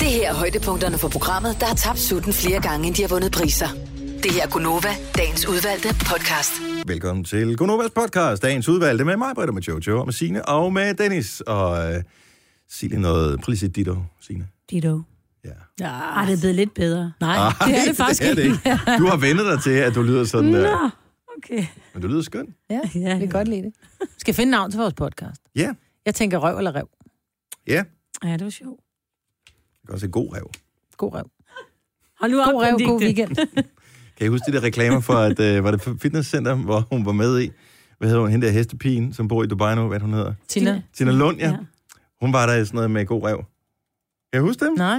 Det her er højdepunkterne for programmet, der har tabt sutten flere gange, end de har vundet priser. Det her er Gunova, dagens udvalgte podcast. Velkommen til Gunovas podcast, dagens udvalgte med mig, Britta, med Jojo, og med Signe og med Dennis. Og øh, sig lige noget, prøv lige at sige ditto, Signe. Ditto. Ja. Ja. Ej, det er blevet lidt bedre. Ah. Nej, Ej, det er det faktisk Ah, det ikke. ikke. Du har vendet dig til, at du lyder sådan... Øh, Nå, okay. men du lyder skøn. Ja, Ja. vi kan godt lide det. Skal finde navn til vores podcast. Ja, Jeg tænker røv eller rev. ja. Ja, det var sjovt. Det er også et god rev. God rev. Hold nu op, God rev, Benedikte. god weekend. Kan I huske de der reklamer for, at øh, var det fitnesscenter, hvor hun var med i? Hvad hedder hun? Hende der hestepigen, som bor i Dubai nu, hvad er det, hun hedder? Tina? Tina Lund, ja. Ja. Hun var der i sådan noget med god rev. Kan I huske dem? Nej.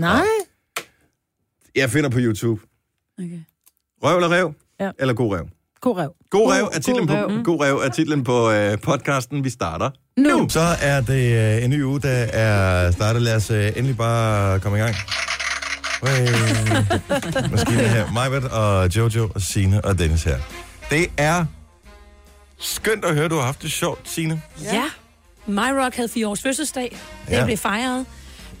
Nej. Jeg finder på YouTube. Okay. Røv eller rev? Ja. Eller god rev? God rev. God God- rev er titlen, God på, Rev. Mm. god rev er titlen på øh, podcasten. Vi starter Nu. Så er det øh, en ny uge, der er startet. Lad os øh, endelig bare komme i gang. Hey. Maskinen er her. Majbert og Jojo og Sine og Dennis her. Det er skønt at høre, du har haft det sjovt, Mm-hmm. Sine. Ja. My Rock havde fire års fødselsdag. Det Ja. ja. blev fejret.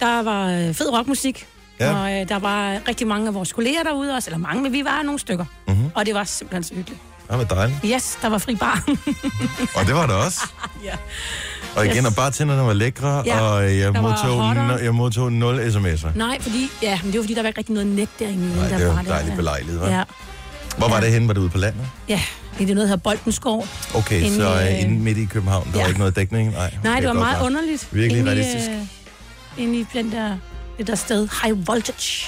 Der var øh, fed rockmusik. Ja. Ja. Og øh, der var rigtig mange af vores kolleger derude også. Eller mange, men vi var nogle stykker. Mm-hmm. Og det var simpelthen så hyggeligt. Det var dejligt. Yes, der var fri bar. Og det var det også. ja. Og igen, Yes. og bartenderne var lækre, Ja. og jeg Der var modtog, hotter. no- jeg modtog 0 sms'er. Nej, fordi, ja, men det var fordi, der var ikke rigtig noget net derinde. Nej, der det var var der. dejligt belejligt, hva'? Ja. Hvor var det henne? Var det ude på landet? ja, det er noget, der hedder Boldenskov. Okay, Inde så i, øh, øh, inde midt i København, der ja. var ikke noget dækning? Nej, Nej, okay, det var godt meget nok. underligt. Virkelig inde i, realistisk. øh, Inde i den der, det der sted, High Voltage.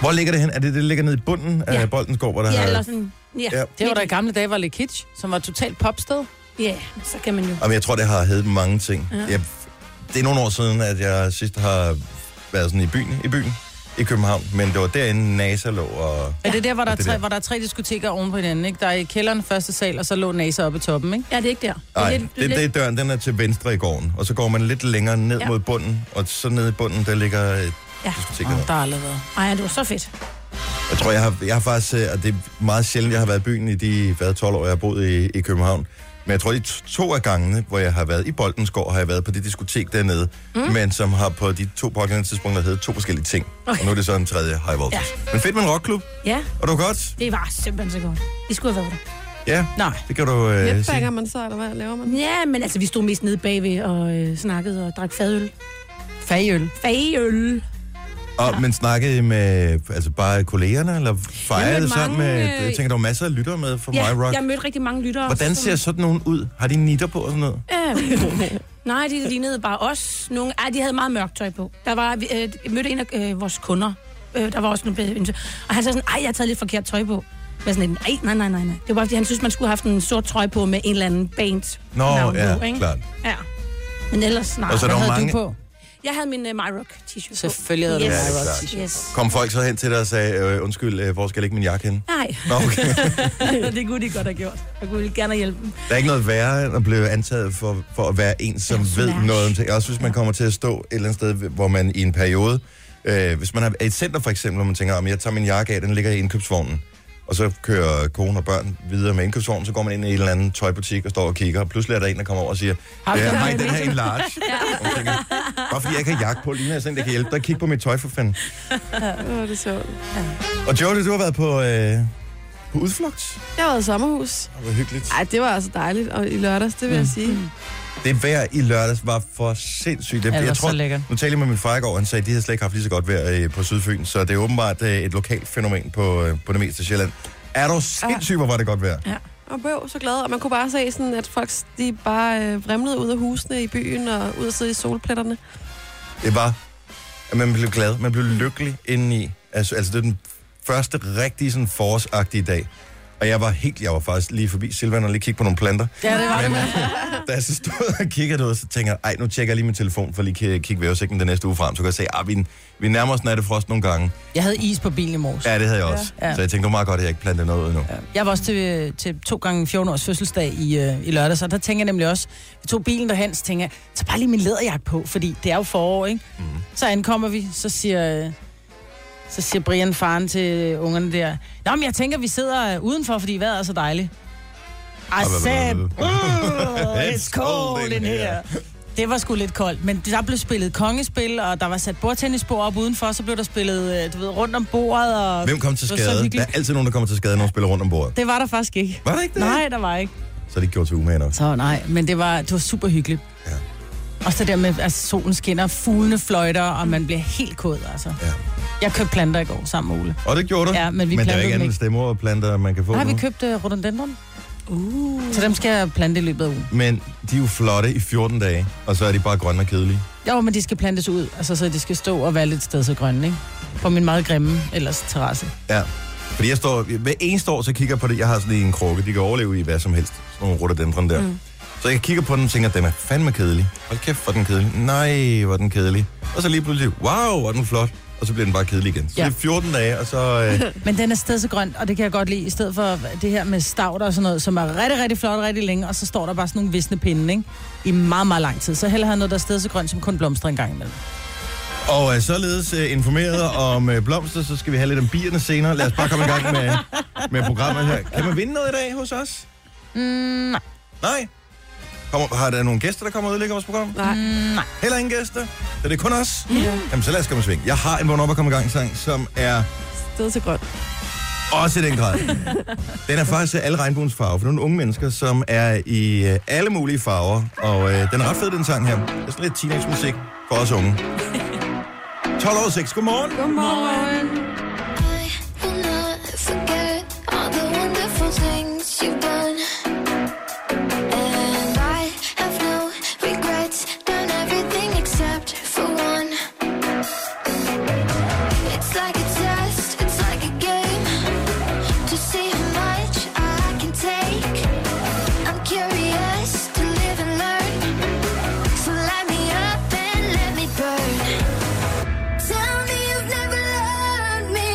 Hvor ligger det hen? Er det, det ligger nede i bunden af Ja. Boldens Gård, hvor der Ja, har... eller sådan, ja. Ja. ja. Det var der i gamle dage, var Le Kitsch, som var totalt popsted. Ja, så kan man jo. Jamen, jeg tror, det har heddet mange ting. Ja. Ja. Jeg, det er nogle år siden, at jeg sidst har været sådan i byen, i byen i København, men det var derinde NASA lå, og Er det der, hvor der, er det tre, der. hvor der er tre diskoteker oven på hinanden, ikke? Der er i kælderen, første sal, og så lå NASA oppe i toppen, ikke? Ja, det er ikke der. Det er nej, lidt- det, det, lidt- er døren, den er til venstre i gården, og så går man lidt længere ned ja. Ja. mod bunden, og så nede i bunden, der ligger et ja. Ja. diskotek. Oh, Oh, der har aldrig været. Ej, det var så fedt. jeg tror, jeg har, jeg har faktisk, øh, og det er meget sjældent, jeg har været i byen i de hvad, 12 år, jeg har boet i, i København, men jeg tror, de to- to af gangene, hvor jeg har været i Boldens Gård, har jeg været på det diskotek dernede, mm. men som har på de to pågældende tidspunkter heddet to forskellige ting. Okay. Og nu er det så en tredje high voltage. Ja. Men fedt med en rockklub. Ja, Og det var godt. det var simpelthen så godt. I skulle have været der. Ja, Nej. det kan du øh, Netbanger sige. man så, eller hvad laver man? Ja, men altså, vi stod mest nede bagved og øh, snakkede og drak fadøl. Fagøl. Fagøl. Og, men snakkede I med altså bare kollegerne, eller fejrede Jamen, det sammen mange, med... øh, Jeg tænker, der var masser af lyttere med for Ja, ja, My Rock. jeg mødte rigtig mange lyttere. Hvordan ser sådan nogen ud? Har de nitter på og sådan noget? Øh, nej, de lignede bare os. Nogle, ej, de havde meget mørkt tøj på. Der var, vi, øh, jeg mødte en af øh, vores kunder. Øh, der var også en, en, og han sagde sådan, ej, jeg har taget lidt forkert tøj på. Jeg var sådan, nej, nej, nej, nej, nej. Det var bare, fordi han synes, man skulle have haft en sort trøje på med en eller anden band. Nå, navn ja, på, ikke? klart. Ja. Men ellers, nej. Og så er Hvad der jo havde mange... du på? Jeg havde min uh, MyRock t-shirt på. Selvfølgelig havde du yes. en My My Rock Rock klart. t-shirt. Yes. Kom folk så hen til dig og sagde, øh, undskyld, øh, hvor skal jeg lægge min jakke hen? Nej, Nå, okay. det kunne de godt have gjort. Jeg kunne gerne hjælpe dem. Der er ikke noget værre end at blive antaget for, for at være en, som Ja, ved smash. noget om ting. Også hvis man kommer til at stå et eller andet sted, hvor man i en periode... Øh, hvis man er i et center for eksempel, og man tænker, at jeg tager min jakke af, den ligger i indkøbsvognen. Og så kører kone og børn videre med indkøbsvognen, så går man ind i en eller anden tøjbutik og står og kigger, og pludselig er der en, der kommer over og siger, Har du ja, den hej, her den her er en large. Og man tænker, Bare fordi jeg ikke har jakke på, ligner jeg sådan, en, der kan hjælpe dig. Kig på mit tøj for fanden. Åh, det er sjovt. Og Jojo, du har været på, øh, på udflugt. Jeg har været i sommerhus. Det var hyggeligt. Ej, det var altså dejligt, og i lørdags, det vil jeg sige. Det vejr i lørdags var for sindssygt. Det, Ja, det jeg var tror, så lækkert. nu talte jeg med min far i går, og han sagde, at de havde slet ikke haft lige så godt vejr øh, på Sydfyn, så det er åbenbart øh, et lokalt fænomen på, øh, på det meste af Sjælland. Er du sindssygt, hvor var det godt vejr? Og blev så glad, og man kunne bare se sådan, at folk de bare øh, vrimlede ud af husene i byen og ud og sidde i solpletterne. Det var, at man blev glad, man blev lykkelig indeni. Altså, altså det er den første rigtig sådan forårsagtige dag. Og jeg var helt, jeg var faktisk lige forbi Silvan og lige kigge på nogle planter. Ja, det var det. Men øh, da jeg så stod og kiggede ud, så tænker jeg, ej, nu tjekker jeg lige min telefon, for lige kan kigge vejrudsigten den næste uge frem. Så kan jeg se, at vi, vi nærmer os nattefrost nogle gange. Jeg havde is på bilen i morges. Ja, det havde jeg også. Ja. Ja. Så jeg tænkte, det var meget godt, at jeg ikke plantede noget ud nu. Ja. Jeg var også til, til to gange 14 års fødselsdag i, øh, i lørdags, og der tænker jeg nemlig også, vi tog bilen derhen, så tænker jeg, så bare lige min læderjakke på, fordi det er jo forår, ikke? Mm. Mhm. Så ankommer vi, så siger, øh, så siger Brian faren til ungerne der, Nå, men jeg tænker, vi sidder øh, udenfor, fordi vejret er så dejligt. I hvad- said, hvad- "Ooh, it's cold in here. Det var sgu lidt koldt, men der blev spillet kongespil, og der var sat bordtennisbord op udenfor, så blev der spillet, øh, du ved, rundt om bordet. Og Hvem kom til Det var så skade? Der hyggeligt. er altid nogen, der kommer til skade, når man spiller rundt om bordet. Det var der faktisk ikke. Var det ikke det? Nej, der var ikke. Så er det ikke gjort til umagen også. Så nej, men det var, det var super hyggeligt. Ja. Og så der med, at altså, solen skinner, fuglene fløjter, og man bliver helt kod, altså. Ja. Jeg købte planter i går sammen med Ole. Og det gjorde du. Ja, men vi men der er plantede ikke dem andet ikke. stemmeordplanter, man kan få Har nu. vi købt uh, rhododendron? Uh. Så dem skal jeg plante i løbet af ugen. Men de er jo flotte i 14 dage, og så er de bare grønne og kedelige. Jo, men de skal plantes ud, altså så de skal stå og være lidt sted så grønne, ikke? På min meget grimme ellers terrasse. Ja. Fordi jeg står, hver eneste år, så kigger jeg på det. Jeg har sådan en krukke, de kan overleve i hvad som helst. Sådan nogle rhododendron der. Mm. Så jeg kigger på den og tænker, den er fandme kedelig. Hold kæft, hvor er den kedelig. Nej, hvor er den kedelig. Og så lige pludselig, wow, hvor er den flot. Og så bliver den bare kedelig igen. Så ja. Ja. det er 14 dage, og så... Øh, Men den er sted så grøn, og det kan jeg godt lide, i stedet for det her med stavter og sådan noget, som er rigtig, rigtig flot rigtig længe, og så står der bare sådan nogle visne pinde, ikke? I meget, meget lang tid. Så heller have noget, der er sted så grønt, som kun blomstrer en gang imellem. og øh, således øh, informeret om øh, blomster, så skal vi have lidt om bierne senere. Lad os bare komme i gang med, med programmet her. Kan man vinde noget i dag hos os? Mm, nej. Nej. Kommer, har der nogen gæster, der kommer og ødelægger vores program? Mm, Nej. Heller ingen gæster. Så det er kun os. Jamen, så lad os komme i sving. Jeg har en vågn op og komme i gang sang, som er Sted til grønt. også i den grad. den er faktisk af alle regnbuens farver, for nogle unge mennesker, som er i øh, alle mulige farver. Og øh, den er ret fed, den sang her. Det er sådan lidt teenage-musik for os unge. 12 år 6. Godmorgen. Godmorgen. I will not forget all the wonderful things you've done. And I have no regrets, done everything except for one. It's like a test, it's like a game to see how much I can take. I'm curious to live and learn. So light me up and let me burn. Tell me you've never loved me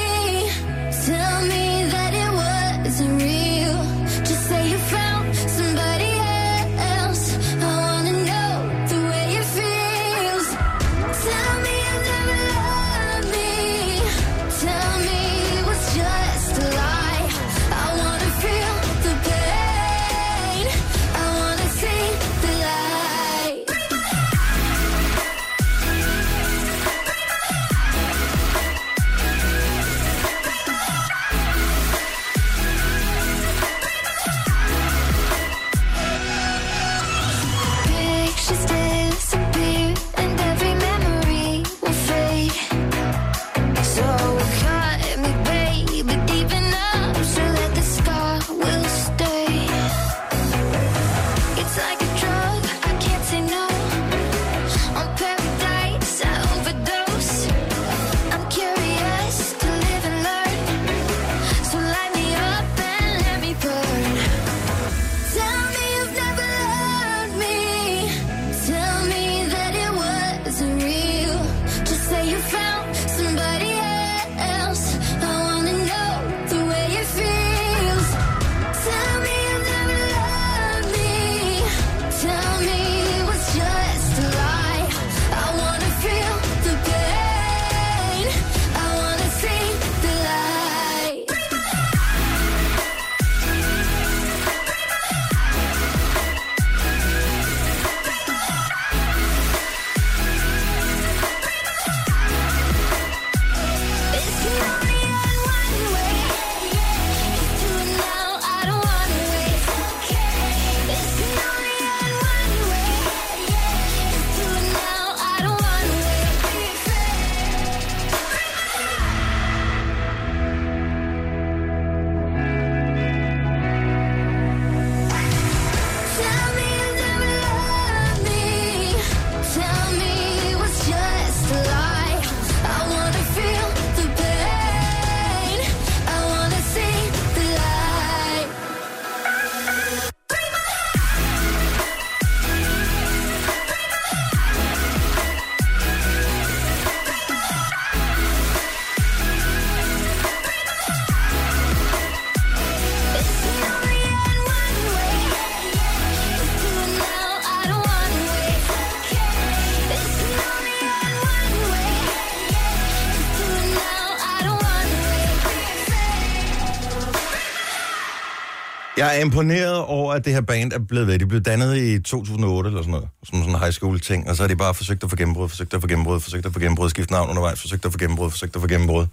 Jeg er imponeret over, at det her band er blevet ved. De blev dannet i 2008 eller sådan noget, som sådan en high school ting, og så har de bare forsøgt at få gennembrud, forsøgt at få gennembrud, forsøgt at få gennembrud, skiftet navn undervejs, forsøgt at få gennembrud, forsøgt at få gennembrud.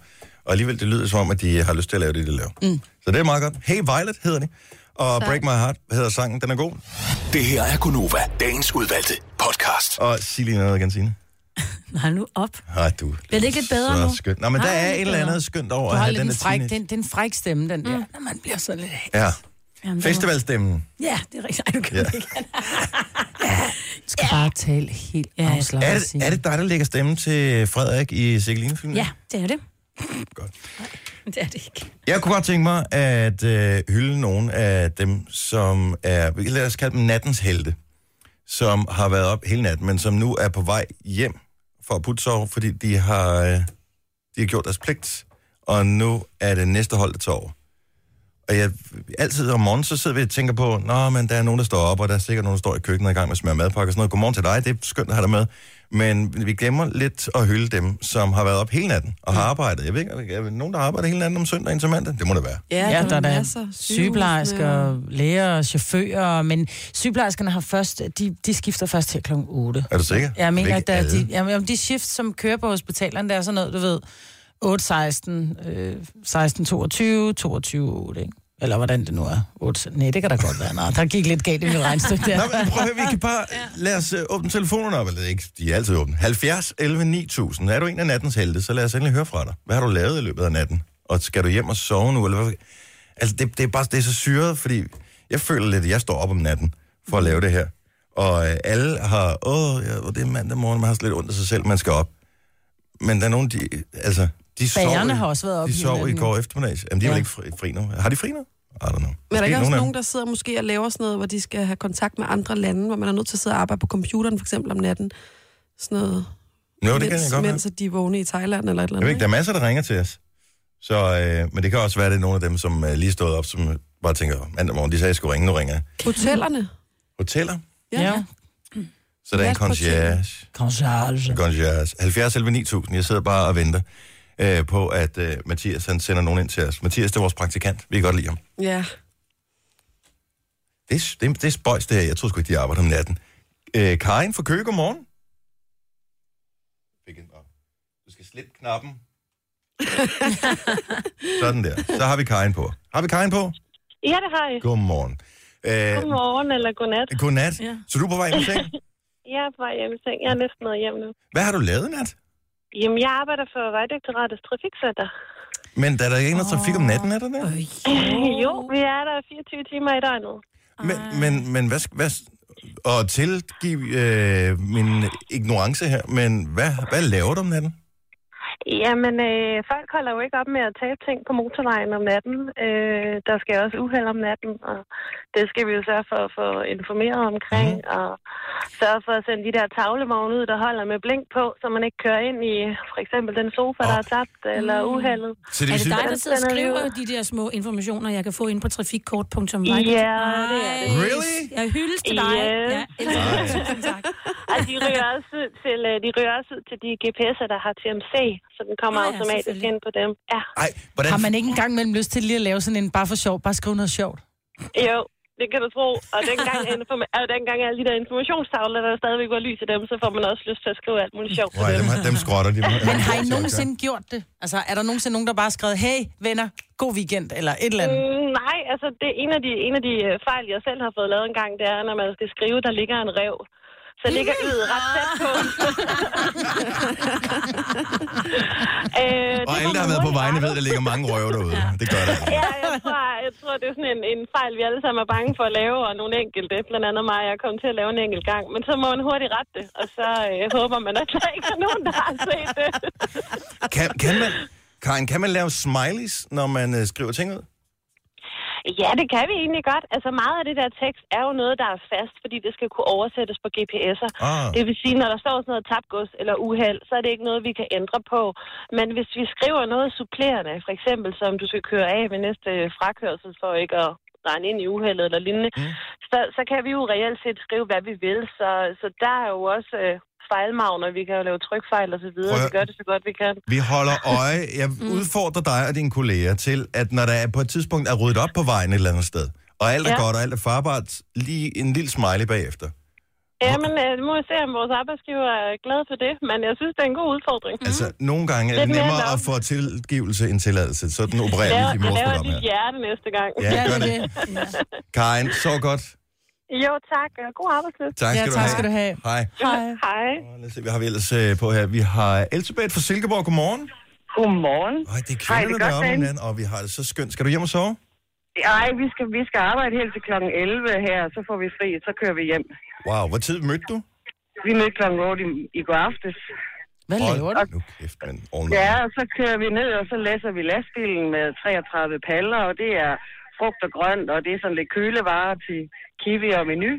Og alligevel, det lyder som om, at de har lyst til at lave det, de laver. Mm. Så det er meget godt. Hey Violet hedder de, og Break My Heart hedder sangen, den er god. Det her er Gunova, dagens udvalgte podcast. Og Silje noget igen, Signe. Nej, nu op. Ej, du. Bliver det ikke lidt bedre så nu? Skønt. Nå, men Nej, der er lidt et eller bedre. andet skønt over Du at har have lidt den en der fræk, teenage. den, den fræk stemme, den der. Mm. Når man bliver sådan lidt... Ja. Jamen, det var- Festivalstemmen. Ja, det er rigtigt. Ej, du kan Ja. ja. ikke. Du skal bare tale helt Ja. afslappet. Er det, er det dig, der lægger stemme til Frederik i Sikkeline-filmen? Ja, det er det. Godt. Det er det ikke. Jeg kunne godt tænke mig at øh, hylde nogle af dem, som er, lad os kalde dem nattens helte, som har været op hele natten, men som nu er på vej hjem for at putte sove, fordi de har, øh, de har gjort deres pligt, og nu er det næste hold, der tager over. Og jeg, altid om morgenen, så sidder vi og tænker på, nå, men der er nogen, der står op, og der er sikkert nogen, der står i køkkenet i gang med at smøre madpakke og sådan noget. Godmorgen til dig, det er skønt at have dig med. Men vi glemmer lidt at hylde dem, som har været op hele natten og har arbejdet. Jeg ved ikke, er der nogen, der arbejder hele natten om søndagen til mandag? Det må det være. Ja, der er da masser. sygeplejersker, læger, chauffører, men sygeplejerskerne har først, de, de skifter først til klokken 8. Er du sikker? Jeg mener, Ikke at der er alle. de, jamen, jamen, de shift, som kører på hospitalerne, der er sådan noget, du ved, 8, 16, øh, 16, 22, 22, 8, ikke? Eller hvordan det nu er. 8, nej, det kan da godt være. Nej, der gik lidt galt i mit regnestykke der. Nå, men prøv at høre, vi kan bare... Lad os øh, åbne telefonerne op, eller ikke, de er altid åbne. 70 11 9000. Er du en af nattens helte, så lad os endelig høre fra dig. Hvad har du lavet i løbet af natten? Og skal du hjem og sove nu? Eller hvad? Altså, det, det, er bare det er så syret, fordi jeg føler lidt, at jeg står op om natten for at lave det her. Og øh, alle har... Åh, ja, og det er mandag morgen, man har så lidt ondt af sig selv, man skal op. Men der er nogen, de... Altså, de Bagerne sover, i- har også været op De hele sov i natten, går eftermiddags. Jamen, de er ja. vel Ja. ikke fri, fri nu? Har de fri nu? I don't know. Men er der Måske ikke også af dem. nogen, der sidder måske og laver sådan noget, hvor de skal have kontakt med andre lande, hvor man er nødt til at sidde og arbejde på computeren, for eksempel om natten? Sådan noget, Jo, det kan jeg mens, godt være. mens at de er vågne i Thailand eller et Jeg eller andet. ved ikke, der er masser, der ringer til os. Så, øh, men det kan også være, at det er nogle af dem, som øh, lige stod op, som bare tænker, mandag morgen, de sagde, jeg skulle ringe, nu ringer jeg. ikke? Hotellerne? Hoteller, Ja. så der er en Lad os prøve at concierge. Concierge. concierge. 70 11 9000, jeg sidder bare og venter øh, på, at øh, Mathias han sender nogen ind til os. Mathias, det er vores praktikant, vi kan godt lide ham. Ja. Det er, det, er- det er spøjs, det her. Jeg tror sgu ikke, de arbejder om natten. Øh, Karin fra Køge, godmorgen. Fik en op. Du skal slippe knappen. Sådan der. Så har vi Karin på. Har vi Karin på? Ja, det har jeg. Godmorgen. Øh, Godmorgen eller godnat. Godnat. Ja. Ja. Så du er på vej i seng. Jeg er på vej hjem i seng. Jeg er næsten noget hjem nu. Hvad har du lavet i nat? Jamen, jeg arbejder for Vejdirektoratets Trafikcenter. Men der er der ikke noget trafik om natten, er der det? jo, vi er der 24 timer i døgnet. Men, men, men hvad, sk- hvad... s- Og tilgiv øh, min ignorance her, men hvad, hvad laver du om natten? Jamen, øh, folk holder jo ikke op med at tabe ting på motorvejen om natten. Øh, der skal også uheld om natten, og det skal vi jo sørge for at få informeret omkring, mm. og sørge for at sende de der tavlevogne ud, der holder med blink på, så man ikke kører ind i for eksempel den sofa, der er tabt, eller uheldet. Så Er det sige- dig, der sidder og Den er skriver livet. de der små informationer, jeg kan få ind på trafikkort.vej? Ja, det er det. Really? Jeg hyldes til dig. Yes. Ja, elsker dig. Tusind tak. Og de ryger også ud til, øh, de ryger også ud til de GPS'er, der har TMC, så den kommer Nå oh, ja, ja, automatisk ind selvfølgelig. på dem. Ja, Ej, hvordan... Har man ikke engang mellem lyst til lige at lave sådan en, bare for sjov, bare skrive noget sjovt? jo, det kan du tro. Og dengang, er informa- og dengang er alle de der informationstavler, der stadigvæk var lys i dem, så får man også lyst til at skrive alt muligt sjovt på Nej, dem. dem, har- dem skrotter de. Men har I nogensinde gjort det? Altså, er der nogensinde nogen, der bare har skrevet, hey venner, god weekend, eller et eller andet? Mm, nej, altså det er en af, de, en af de øh, fejl, jeg selv har fået lavet en gang, det er, når man skal skrive, der ligger en rev. Så ligger øget ret tæt på. øh, det Og må alle, der har man været på hurtigt vejene, rette. ved, at der ligger mange røve derude. Det gør der. altså. Ja, jeg tror, jeg tror, det er sådan en, en fejl, vi alle sammen er bange for at lave, og nogle enkelte, blandt andet mig, jeg kom til at lave en enkelt gang, men så må man hurtigt rette det, og så øh, håber man, at der ikke er nogen, der har set det. Kan, kan man... Karin, kan man lave smileys, når man øh, skriver ting ud? Ja, det kan vi egentlig godt. Altså meget af det der tekst er jo noget, der er fast, fordi det skal kunne oversættes på GPS'er. Ah. Det vil sige, når der står sådan noget tabgods eller uheld, så er det ikke noget, vi kan ændre på. Men hvis vi skriver noget supplerende, for eksempel som du skal køre af ved næste frakørsel for ikke at regne ind i uheldet eller lignende, mm. så, så kan vi jo reelt set skrive, hvad vi vil. Så, så der er jo også øh, fejlmagner, vi kan jo lave trykfejl og så videre. Prøv at- Vi gør det så godt, vi kan. Vi holder øje. Mm. Jeg udfordrer dig og dine kolleger til, at når der er på et tidspunkt er ryddet op på vejen et eller andet sted, og alt er ja. Ja. godt, og alt er farbart, lige en lille smiley bagefter. Jamen, øh, nu må vi se, om vores arbejdsgiver er glad for det, men jeg synes, det er en god udfordring. Mm. Altså, nogle gange er det Lidt mere nemmere end at os. få tilgivelse end tilladelse. Sådan opererer Laver, vi i jeg vores laver program dit her. hjerte næste gang. Ja, gør det. det. Karen, så godt. Jo, tak. og God arbejdsløst. Tak Ja, skal, du, tak have. skal du have. Hej. Hej. Hej. Og Lad os se, hvad har vi ellers øh, på her? Vi har Elisabeth fra Silkeborg. Godmorgen. Godmorgen. Ej, det er Hej, kvinderne, det er der er godt, om Dan. hinanden, og vi har det så skønt. Skal du hjem og sove? Ej, vi skal, vi skal arbejde helt til kl. 11 her, så får vi fri, så kører vi hjem. Wow, hvor tid mødte du? Vi mødte kl. 8 i, i går aftes. Hvad laver du? Hold Nu kæft, men ordentligt. Ja, og så kører vi ned, og så læser vi lastbilen med 33 paller, og det er frugt og grønt, og det er sådan lidt kølevarer til kiwi og menu.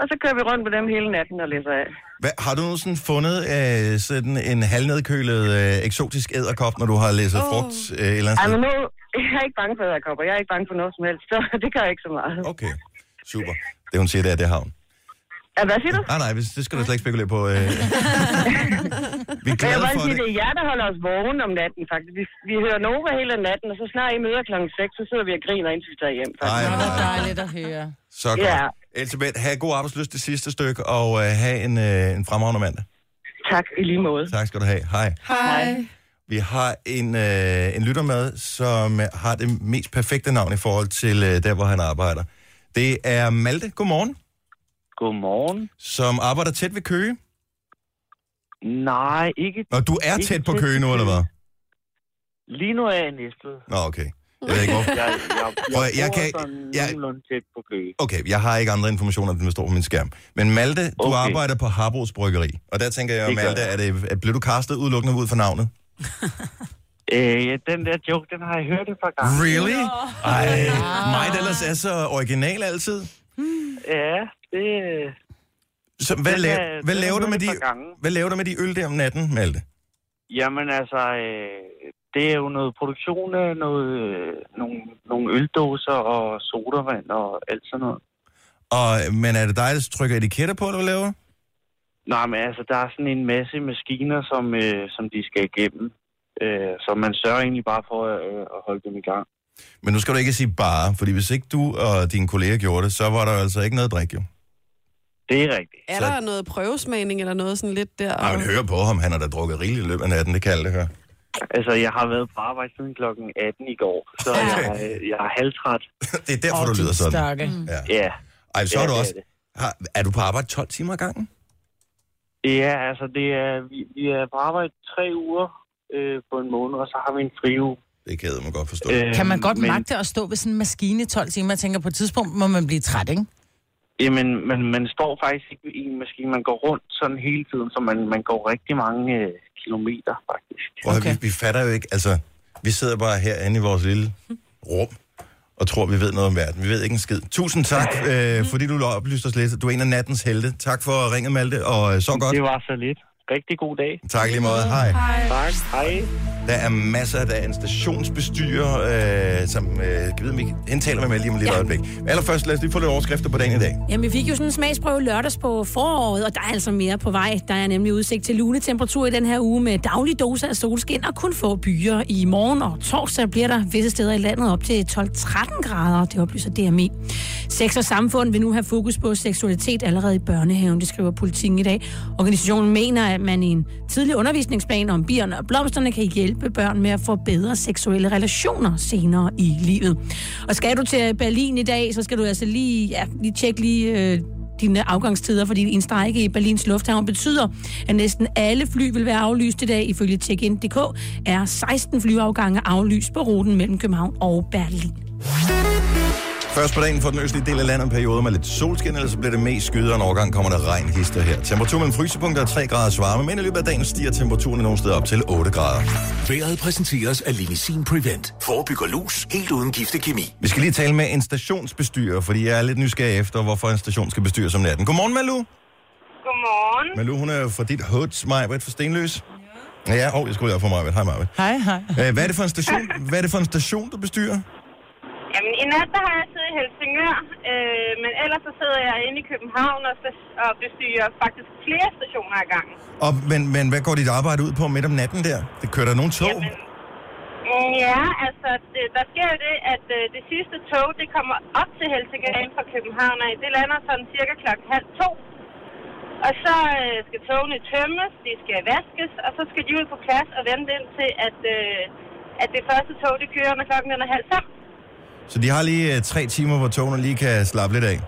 Og så kører vi rundt med dem hele natten og læser af. Hvad, har du nogensinde fundet øh, sådan en halvnedkølet øh, eksotisk æderkop, når du har læst oh. frugt øh, et eller andet Ej, sted? men nu, jeg er ikke bange for æderkopper, jeg er ikke bange for noget som helst, så det gør ikke så meget. Okay, super. Det hun siger, det er, det har hun. Ja, hvad siger du? Nej, nej, hvis- det skal du slet ikke spekulere på. Øh. vi er Men jeg glade vil for bare sige, det. det er jer, der holder os vågen om natten, faktisk. Vi, vi hører Nova hele natten, og så snart I møder klokken 6, så sidder vi og griner, indtil vi tager hjem, Ej, faktisk. hvor Nå, hvor er det dejligt at høre. så godt. Ja. Elisabeth, have god arbejdsløst det sidste stykke, og øh, have en, øh, en fremragende mandag. Tak, i lige måde. Tak skal du have. Hej. Hej. Vi har en, øh, en lytter med, som øh, har det mest perfekte navn i forhold til øh, der, hvor han arbejder. Det er Malte, godmorgen, Godmorgen. som arbejder tæt ved Køge. Nej, ikke Nå, du er Ikke tæt på tæt Køge ved nu, eller hvad? lige nu er jeg i Næstved. Nå, okay. Jeg ved ikke, hvorfor. Jeg, jeg, Prøv jeg, at- jeg jeg kan- kan, sådan jeg- jeg... nogenlunde tæt på Køge. Okay, jeg har ikke andre informationer, end der står på min skærm. Men Malte, du Okay. arbejder på Harbros Bryggeri. Og der tænker jeg, Det gør Malte, jeg. er det, er, blev du castet udelukkende ud for navnet? Øh, ja, den der joke, den har jeg hørt et par gange. Really? Ej, mig der ellers er så original altid. Ja, det... Så, hvad, Den la- er- hvad, den er laver du med hørt de, et par gange. hvad laver du med de øl der om natten, Malte? Jamen altså, øh, det er jo noget produktion af noget, øh, nogle, nogle øldåser og sodavand og alt sådan noget. Og, men er det dig, der trykker etiketter på, eller hvad laver? Nej, men altså, der er sådan en masse maskiner, som, øh, som de skal igennem. Øh, så man sørger egentlig bare for øh, at holde dem i gang. Men nu skal du ikke sige bare, fordi hvis ikke du og dine kolleger gjorde det, så var der altså ikke noget drik, jo. Det er rigtigt. Er Så- der noget prøvesmagning eller noget sådan lidt der? Nej, men hør på ham, han har da drukket rigeligt i løbet af natten, det kan alle høre. Altså, jeg har været på arbejde siden kl. 18 i går, så Okay. jeg, jeg er halvtræt. Det er derfor, Åh, du din lyder sådan. Stakke. Ja. Ja. Ej, så er ja, du det også... det. Har, er du på arbejde 12 timer ad gangen? Ja, altså, det er, vi, vi er på arbejde tre uger øh, på en måned, og så har vi en friuge. Det kan jeg man godt forstå. Øh, Kan man godt Øhm, men, magte at stå ved sådan en maskine i 12 timer? Jeg tænker, på et tidspunkt må man blive træt, ikke? Jamen, man, man står faktisk ikke i en maskine. Man går rundt sådan hele tiden, så man, man går rigtig mange øh, kilometer, faktisk. Prøv, okay. okay. vi, vi fatter jo ikke, altså... Vi sidder bare herinde i vores lille rum og tror, vi ved noget om verden. Vi ved ikke en skid. Tusind tak, øh, fordi du oplyste os lidt. Du er en af nattens helte. Tak for ringet, Malte, og øh, så godt. Det var så lidt. Rigtig god dag. Tak i lige måde. Hej. Tak. Hej. Der er masser, der er en stationsbestyrer, øh, som øh, kan vide, om vi hende taler vi med lige om et lille ja. øjeblik. Men Allerførst, lad os lige få lidt overskrifter på dagen i dag. Jamen, vi fik jo sådan en smagsprøve lørdags på foråret, og der er altså mere på vej. Der er nemlig udsigt til lunetemperatur i den her uge med daglig dose af solskin og kun få byer i morgen. Og torsdag bliver der visse steder i landet op til 12-13 grader, det oplyser DMI. Sex og samfund vil nu have fokus på seksualitet allerede i børnehaven, det skriver politikken i dag. Organisationen mener, at man i en tidlig undervisningsplan om bierne og blomsterne kan hjælpe børn med at få bedre seksuelle relationer senere i livet. Og skal du til Berlin i dag, så skal du altså lige, ja, lige tjekke lige øh, dine afgangstider, fordi en strejke i Berlins Lufthavn betyder, at næsten alle fly vil være aflyst i dag. Ifølge Checkin.dk er 16 flyafgange aflyst på ruten mellem København og Berlin. Først på dagen for den østlige del af landet en periode med lidt solskin, eller så bliver det mest skyder, og en overgang kommer der regn hister her. Temperaturen mellem frysepunkter er 3 graders varme, men i løbet af dagen stiger temperaturen nogle steder op til 8 grader. Været præsenteres af Linisin Prevent. Forebygger lus helt uden giftig kemi. Vi skal lige tale med en stationsbestyrer, fordi jeg er lidt nysgerrig efter, hvorfor en station skal bestyres om natten. Godmorgen, Malu. Godmorgen. Malu, hun er jo fra dit hoods, Majbrit fra Stenløs. Ja, ja oh, jeg skulle lige op for Majbrit. Hej, Majbrit. Hej, hej. Øh, Hvad er det for en station, hvad er det for en station du bestyrer? Jamen, i nat der har jeg siddet i Helsingør, øh, men ellers så sidder jeg inde i København og, og bestyrer faktisk flere stationer ad gangen. Og, men, men hvad går dit arbejde ud på midt om natten der? Det kører der nogle tog? Jamen. Mm, Ja, altså, det, der sker jo det, at øh, det sidste tog, det kommer op til Helsingør fra København af. Det lander sådan cirka klokken halv to. Og så øh, skal togene tømmes, de skal vaskes, og så skal de ud på plads og vente ind til, at, øh, at det første tog, det kører, når klokken den er halv fem. Så de har lige øh, tre timer, hvor togene lige kan slappe lidt af.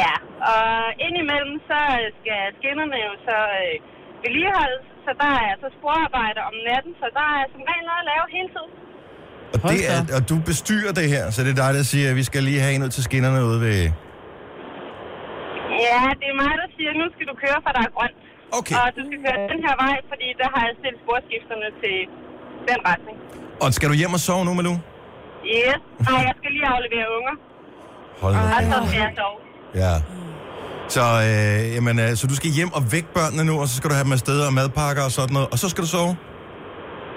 Ja, og indimellem så øh, skal skinnerne jo så øh, vedligeholdes, så der er så sporarbejder om natten, så der er som regel noget at lave hele tiden. Og, det er, og du bestyrer det her, så det er dig, der siger, at vi skal lige have en ud til skinnerne ude ved... Ja, det er mig, der siger, nu skal du køre, for der er grønt. Okay. Og du skal køre den her vej, fordi der har jeg stillet sporskifterne til den retning. Og skal du hjem og sove nu, Malou? Yes. Ej, jeg skal lige aflevere unger. Hold nu. Og så skal jeg sove. Ja. Så, øh, jamen, øh, så du skal hjem og vække børnene nu, og så skal du have dem afsted og madpakker og sådan noget, og så skal du sove?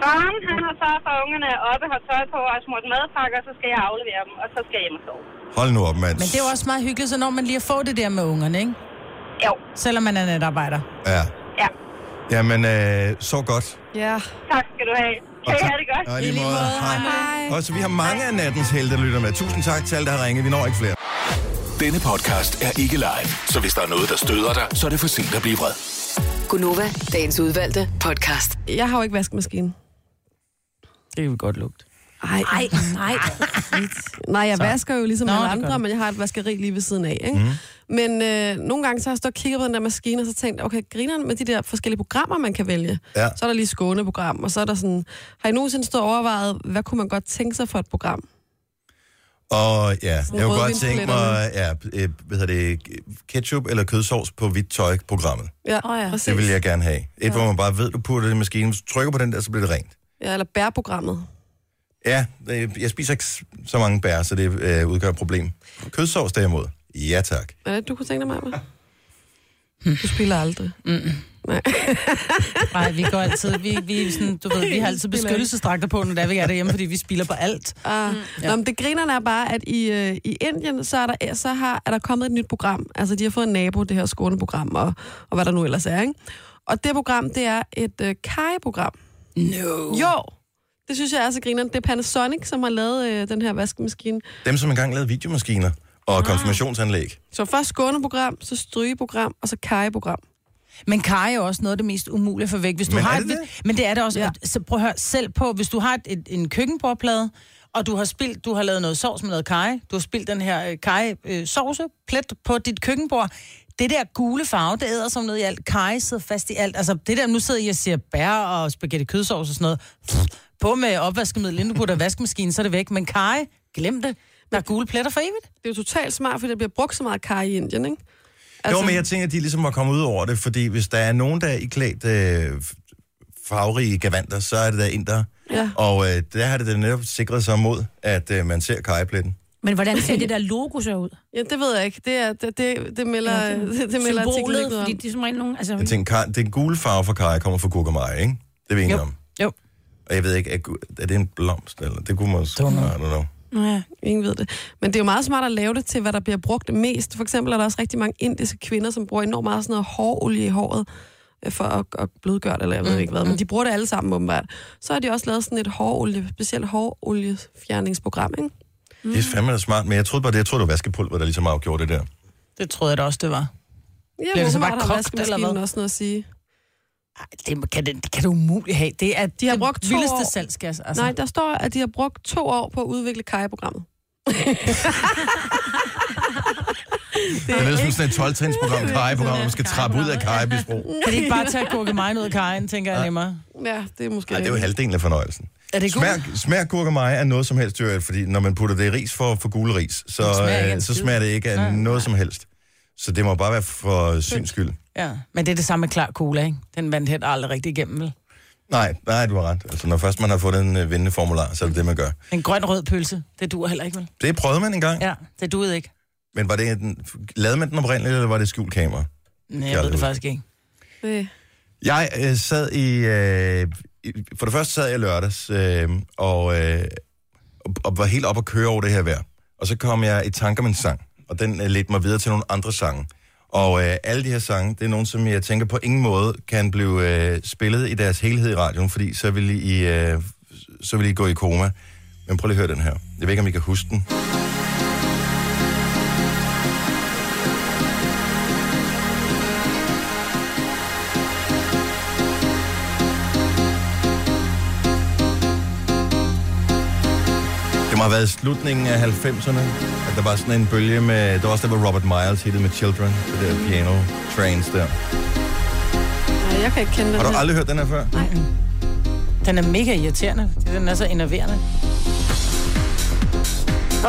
Faren, han har sørget for, at ungerne er oppe, har tøj på og smurt madpakker, så skal jeg aflevere dem, og så skal jeg hjem og sove. Hold nu op, mand. Men det er jo også meget hyggeligt, så når man lige får det der med ungerne, ikke? Jo. Selvom man er netarbejder. Ja. Ja. Jamen, øh, sov godt. Ja. Tak skal du have. Kan I tak. have det godt? Og i lige måde. Hej. Og så vi har mange af nattens helte, der lytter med. Tusind tak til alle, der har ringet. Vi når ikke flere. Denne podcast er ikke live, så hvis der er noget, der støder dig, så er det for sent at blive vred. Gunova, dagens udvalgte podcast. Jeg har jo ikke vaskemaskine. Det kan vi godt lugte. Ej, Ej, nej. Nej, jeg Så. så. vasker jo ligesom Nå, Nå, alle det gør andre, du. men jeg har et vaskeri lige ved siden af. Ikke? Mm. Men øh, nogle gange så har jeg stået og kigget på den der maskine, og så tænkt, okay, griner med de der forskellige programmer, man kan vælge. Ja. Så er der lige skåneprogram, og så er der sådan, har I nogensinde stået og overvejet, hvad kunne man godt tænke sig for et program? Og ja, jeg kunne godt tænke mig, ja, rødvinspletterne. øh, hvad hedder det, ketchup eller kødsovs på hvidt tøj-programmet. Ja, oh, ja. præcis. Det vil jeg gerne have. Et, ja. hvor man bare ved, du putter det i maskinen, hvis du trykker på den der, så bliver det rent. Ja, eller bærprogrammet. Ja, øh, jeg spiser ikke s- så mange bær, så det øh, udgør et problem. Kødsovs derimod. Ja tak. Er det, du kunne tænke dig mig? Du spiller aldrig. Mm. Nej. Nej, vi går altid, vi, vi, er sådan, du ved, vi har altid Spiller ikke. beskyttelsesdragter på, når der vi er derhjemme, fordi vi spiller på alt. Ah. Mm. Ja. Nå, men det grinerne er bare, at i, øh, i Indien, så, er der, så har, er der kommet et nyt program. Altså, de har fået en nabo, det her skåneprogram, og, og hvad der nu ellers er, ikke? Og det program, det er et øh, kajeprogram. No. Jo! Det synes jeg er så grinerne. Det er Panasonic, som har lavet øh, den her vaskemaskine. Dem, som engang lavede videomaskiner og konfirmationsanlæg. Så først skåneprogram, så strygeprogram, og så kajeprogram. Men kaj er jo også noget af det mest umulige at få væk. Hvis du Men har er det et, Men det er det også. Ja. At, så prøv at høre selv på, hvis du har et, et, en køkkenbordplade, og du har spildt, du har lavet noget sovs med noget kaj, du har spildt den her øh, kaj øh, sovse, plet på dit køkkenbord, det der gule farve, det æder som noget i alt. Kaj sidder fast i alt. Altså det der, nu sidder jeg og siger bær og spaghetti kødsovs og sådan noget. Pff, På med opvaskemiddel, inden du putter i vaskemaskinen, så er det væk. Men kaj, glem det. Der er gule pletter for evigt. Det er jo totalt smart, fordi der bliver brugt så meget kaj i Indien, ikke? Altså... Jo, men jeg tænker, at de ligesom var kommet ud over det, fordi hvis der er nogen, der er iklædt øh, farverige gavanter, så er det der inder. Ja. Og øh, der har det da netop sikret sig mod, at øh, man ser kajepletten. Men hvordan ser det der logo så ud? Ja, det ved jeg ikke. Det, er, det, det, det melder, ja, det, det melder artiklen Symbolet, ikke noget fordi om. det er som regel nogen... Altså, Jeg tænker, kaj, den gule farve for kaj kommer fra gurkemeje, ikke? Det er vi enige Jo. om. Jo. Og jeg ved ikke, er, gu- er det en blomst? Eller? Det kunne man... I don't know. Ja. Ingen ved det. Men det er jo meget smart at lave det til, hvad der bliver brugt mest. For eksempel er der også rigtig mange indiske kvinder, som bruger enormt meget sådan noget hårolie i håret øh, for at, at blødgøre det, eller jeg ved Mm, ikke hvad. Men de bruger det alle sammen åbenbart. Så har de også lavet sådan et hårolie, specielt håroliefjerningsprogram, ikke? Det er fandme da smart, men jeg troede bare det. Jeg troede, det var vaskepulver, der ligesom afgjorde det der. Det troede jeg da også, det var. Ja, Bliver det så åbenbart bare har kogt, vaskemaskinen eller hvad? også noget at sige. Ej, det, må- kan det, det kan du umuligt have. Det er de har brugt to vildeste år. salgsgas. Altså. Nej, der står, at de har brugt to år på at udvikle kajeprogrammet. Det lyder som sådan et 12-trins-program, kajeprogram, hvor man skal trappe ud af kajebisbrug. Kan de ikke bare tage gurkemejen ud af kajen, tænker jeg nemmere? Ja, det er måske Nej, det er jo halvdelen af fornøjelsen. Er det Smag, smag gurkemeje er noget som helst, dyrt, fordi når man putter det i ris for, for gule ris, så, Det smager smager ikke af en så skid. smager det ikke af Nej. noget som helst. Så det må bare være for syns skyld. Ja, men det er det samme med klar cola, ikke? Den vandt helt aldrig rigtig igennem, vel? Nej, nej, du har ret. Altså, når først man har fået den øh, vindende formular, så er det det, man gør. En grøn-rød pølse, det duer heller ikke, vel? Det prøvede man engang, Ja, det duede ikke. men var det en, lavede man den oprindeligt, eller var det skjult kamera? Kan Nej, jeg ved aldrig det faktisk ikke. Det. Jeg øh, sad i, øh, i... For det første sad jeg lørdags, øh, og, øh, og, og var helt op at køre over det her vejr. Og så kom jeg i tanke om en sang, og den øh, ledte mig videre til nogle andre sange. Og øh, alle de her sange, det er nogle, som jeg tænker på ingen måde kan blive øh, spillet i deres helhed i radioen, fordi så vil I øh, så ville I gå i koma. Men prøv lige at høre den her. Jeg ved ikke, om I kan huske den. Det må have været slutningen af 90'erne, at der var sådan en bølge med... Det var også der, hvor Robert Miles hittede med Children, det der piano trains der. Nej, jeg kan ikke kende den Har du her. aldrig hørt den her før? Nej. Den er mega irriterende. fordi Den er så enerverende.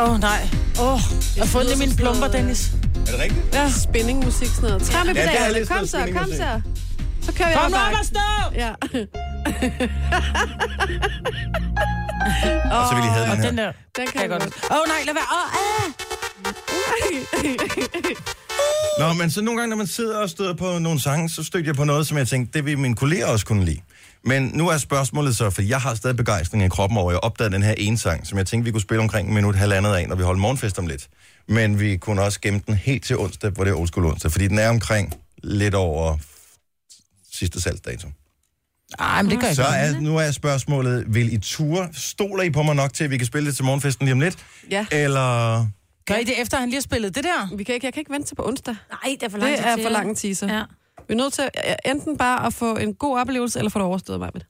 Åh, oh, nej. Åh, oh, jeg har fundet mine plumper, Dennis. Er det rigtigt? Ja. Spændingmusik, sådan noget. Træmme Ja, det er pedalerne. lidt kom noget så, kom spændingmusik. så. Så kører vi Kom op nu op bakken. og stå! Ja. Og så ville I have Åh, den her. Den der. Den kan jeg godt. Åh, oh, nej, lad være. Åh, ah! Nå, men så nogle gange, når man sidder og støder på nogle sange, så stødte jeg på noget, som jeg tænkte, det vil mine kolleger også kunne lide. Men nu er spørgsmålet så, for jeg har stadig begejstring i kroppen over, at jeg opdagede den her ene sang, som jeg tænkte, vi kunne spille omkring en minut, halvandet af, når vi holder morgenfest om lidt. Men vi kunne også gemme den helt til onsdag, hvor det er old school onsdag, fordi den er omkring lidt over sidste salgsdato. Ej, men det gør jeg Så godt. er, nu er spørgsmålet, vil I ture? Stoler I på mig nok til, at vi kan spille det til morgenfesten lige om lidt? Ja. Eller... Gør I det efter, han lige har spillet det der? Vi kan ikke, jeg kan ikke vente til på onsdag. Nej, det er for lang Det tid er til. for lang en teaser. Ja. Vi er nødt til øh, enten bare at få en god oplevelse, eller få det overstået, Maja. Er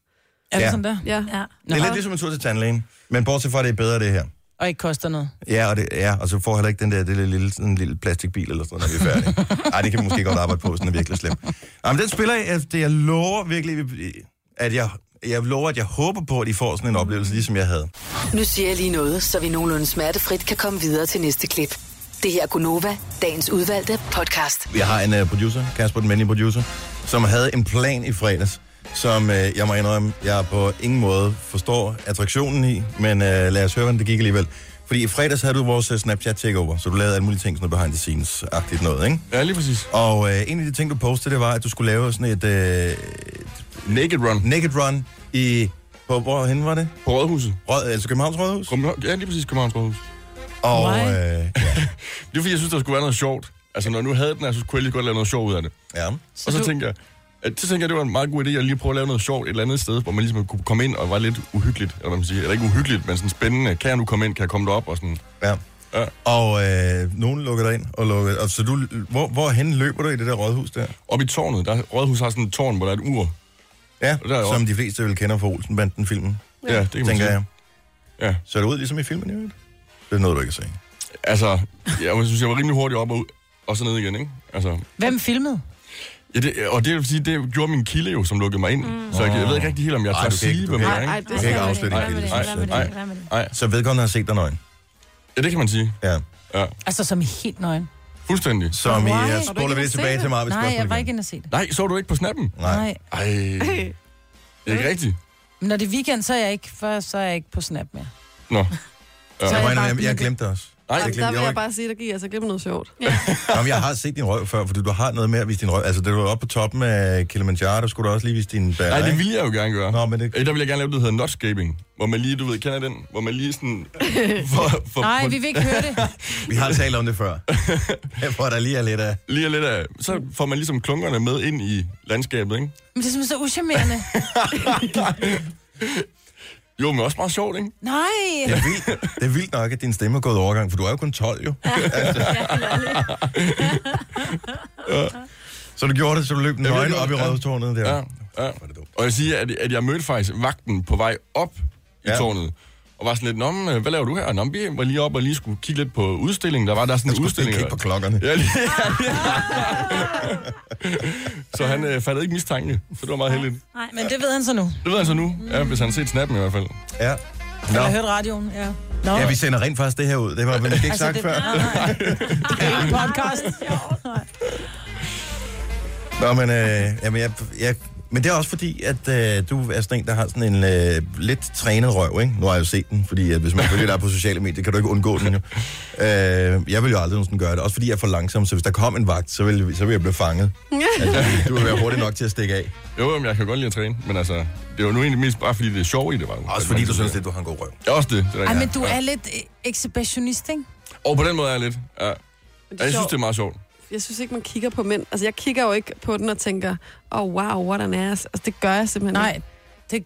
det Ja. sådan der? Ja. ja. Det er lidt ligesom en tur til tandlægen, men bortset fra, at det er bedre det her. Og ikke koster noget. Ja, og, det, ja, og så får jeg heller ikke den der det lille, lille, sådan en lille plastikbil eller sådan noget, når vi er færdige. Nej, det kan vi måske godt arbejde på, sådan er virkelig slem. Ej, men den spiller jeg, efter- jeg lover virkelig, at jeg, jeg lover, at jeg håber på, at I får sådan en oplevelse, ligesom jeg havde. Nu siger jeg lige noget, så vi nogenlunde smertefrit kan komme videre til næste klip. Det her er Gunova, dagens udvalgte podcast. Jeg har en uh, producer, Kasper, den mandlige producer, som havde en plan i fredags, som uh, jeg må indrømme, jeg på ingen måde forstår attraktionen i, men uh, lad os høre, hvordan det gik alligevel. Fordi i fredags havde du vores øh, Snapchat takeover, så du lavede alle mulige ting, sådan noget behind the scenes-agtigt noget, ikke? Ja, lige præcis. Og øh, en af de ting, du postede, det var, at du skulle lave sådan et... Øh, naked run. Naked run i... På, hvorhen var det? På Rådhuset. Råd, altså Københavns Rådhus? Ja, lige præcis Københavns Rådhus. Og Why? øh, ja, Det er fordi, jeg synes, der skulle være noget sjovt. Altså, når jeg nu havde den her, så kunne jeg lige godt lave noget sjovt ud af det. Ja. Og så tænkte jeg, at, så tænkte jeg, det var en meget god idé at lige prøve at lave noget sjovt et eller andet sted, hvor man ligesom kunne komme ind og var lidt uhyggeligt, eller hvad man siger. Eller ikke uhyggeligt, men sådan spændende. Kan jeg nu komme ind? Kan jeg komme derop? Og sådan. ja. Ja. Og øh, nogen lukker dig ind og lukker... Og så du, hvor, hvorhen løber du i det der rådhus der? Op i tårnet. Der, Rådhus har sådan et tårn, hvor der er et ur. Ja, der er som også- de fleste vil kende fra Olsenbanden-filmen. Ja, det kan man tænker sige. jeg. Ja. Så er det ud ligesom i filmen, jo ikke? Det er noget, du ikke kan se. Altså, jeg synes, jeg var rimelig hurtigt op og, ud, og så ned igen, ikke? Altså, Hvem filmede? Ja, det, og det vil sige, det gjorde min kilde jo, som lukkede mig ind. Mm. Så jeg, jeg ved ikke rigtig helt, om jeg Ej, tør du kan ikke- sige, du hvem kan jeg er. ikke- ikke? Ej, det Du kan ikke skal afsløre man din ikke. kilde, Altså, Hvad med det? Nej, Hvad med det? nej, Hvad med det? nej. Så vedkommende har set dig nøgen. Ja, det kan man sige. Ja. ja. Altså, som helt nøgen. Fuldstændig. Som i... Why? Jeg Var du ikke spoler vi inde det at tilbage se til mig, hvis Nej, jeg var spørgsmålet ikke inde at se det. Nej, så du ikke på snappen? Nej. Ej, Øh. det er ikke rigtigt. Men når det er weekend, så er jeg ikke, for, så er jeg ikke på snap mere. Så Nå. Jeg, er må jeg indrømme, bare jeg, jeg gniddet. glemte det også. Nej, jeg Jamen, glemte, der vil var jeg bare sige, der giver altså gennem noget sjovt. Jamen, jeg har set din røv før, fordi du har noget med at vise din røv. Altså, da du var oppe på toppen af Kilimanjaro, der skulle du også lige vise din baller, Nej, det ikke? ville jeg jo gerne gøre. Nå, men det... Øh, Der vil jeg gerne lave det, der hedder nutscaping. Hvor man lige, du ved, kender den? Hvor man lige sådan... For, for, Nej, vi vil ikke høre det. Vi har talt om det før. Jeg får der lige er lidt af... Lige lidt af... Så får man ligesom klunkerne med ind i landskabet, ikke? Men det er simpelthen så uschammerende. Jo, men også meget sjovt, ikke? Nej. Det er, vildt, det er vildt nok, at din stemme er gået overgang, for du er jo kun 12, jo. Ja. Så du gjorde det, så du løb Jeg ved nøgen godt, op i ja. rådhustårnet der. Ja, ja. Og jeg siger, at, at jeg mødte faktisk vagten på vej op i Ja. ja. tårnet. Og var sådan lidt, Nå, men, øh, hvad laver du her? Nå, men vi var lige op og lige skulle kigge lidt på udstillingen. Der var der er sådan Du en skulle udstilling. kigge på klokkerne. Ja, lige, så han øh, fattede ikke mistanke, så det var meget heldigt. Nej, men det ved han så nu. Det ved han så nu, ja, hvis han har set snappen i hvert fald. Ja. Han har Nå. hørt radioen, ja. Nå. Ja, vi sender rent faktisk det her ud. Det var vel Altså, ikke sagt Altså, det, før. Nej, nej. Det er ikke en podcast. Nå, men, øh, jamen, jeg, jeg, men det er også fordi, at øh, du er sådan en, der har sådan en øh, lidt trænet røv, ikke? Nu har jeg jo set den, fordi at hvis man følger dig på sociale medier, kan du ikke undgå den jo. Øh, jeg vil jo aldrig nogensinde gøre det, også fordi jeg er for langsom, så hvis der kom en vagt, så vil, så vil jeg blive fanget. Altså, du vil være hurtig nok til at stikke af. Jo, men jeg kan godt lide at træne, men altså, det var nu egentlig mest bare fordi det er sjovt i det. Var, Også fordi du synes, at du har en god røv. Ja, også det. det er Ej, rigtigt. men du Ja. er lidt øh, exhibitionist, ikke? Og på den måde er jeg lidt. Ja. ja jeg synes, sjovt. det er meget sjovt. Jeg synes ikke, man kigger på mænd. Altså, jeg kigger jo ikke på den og tænker, oh wow, what an ass. Altså, det gør jeg simpelthen Nej, ikke.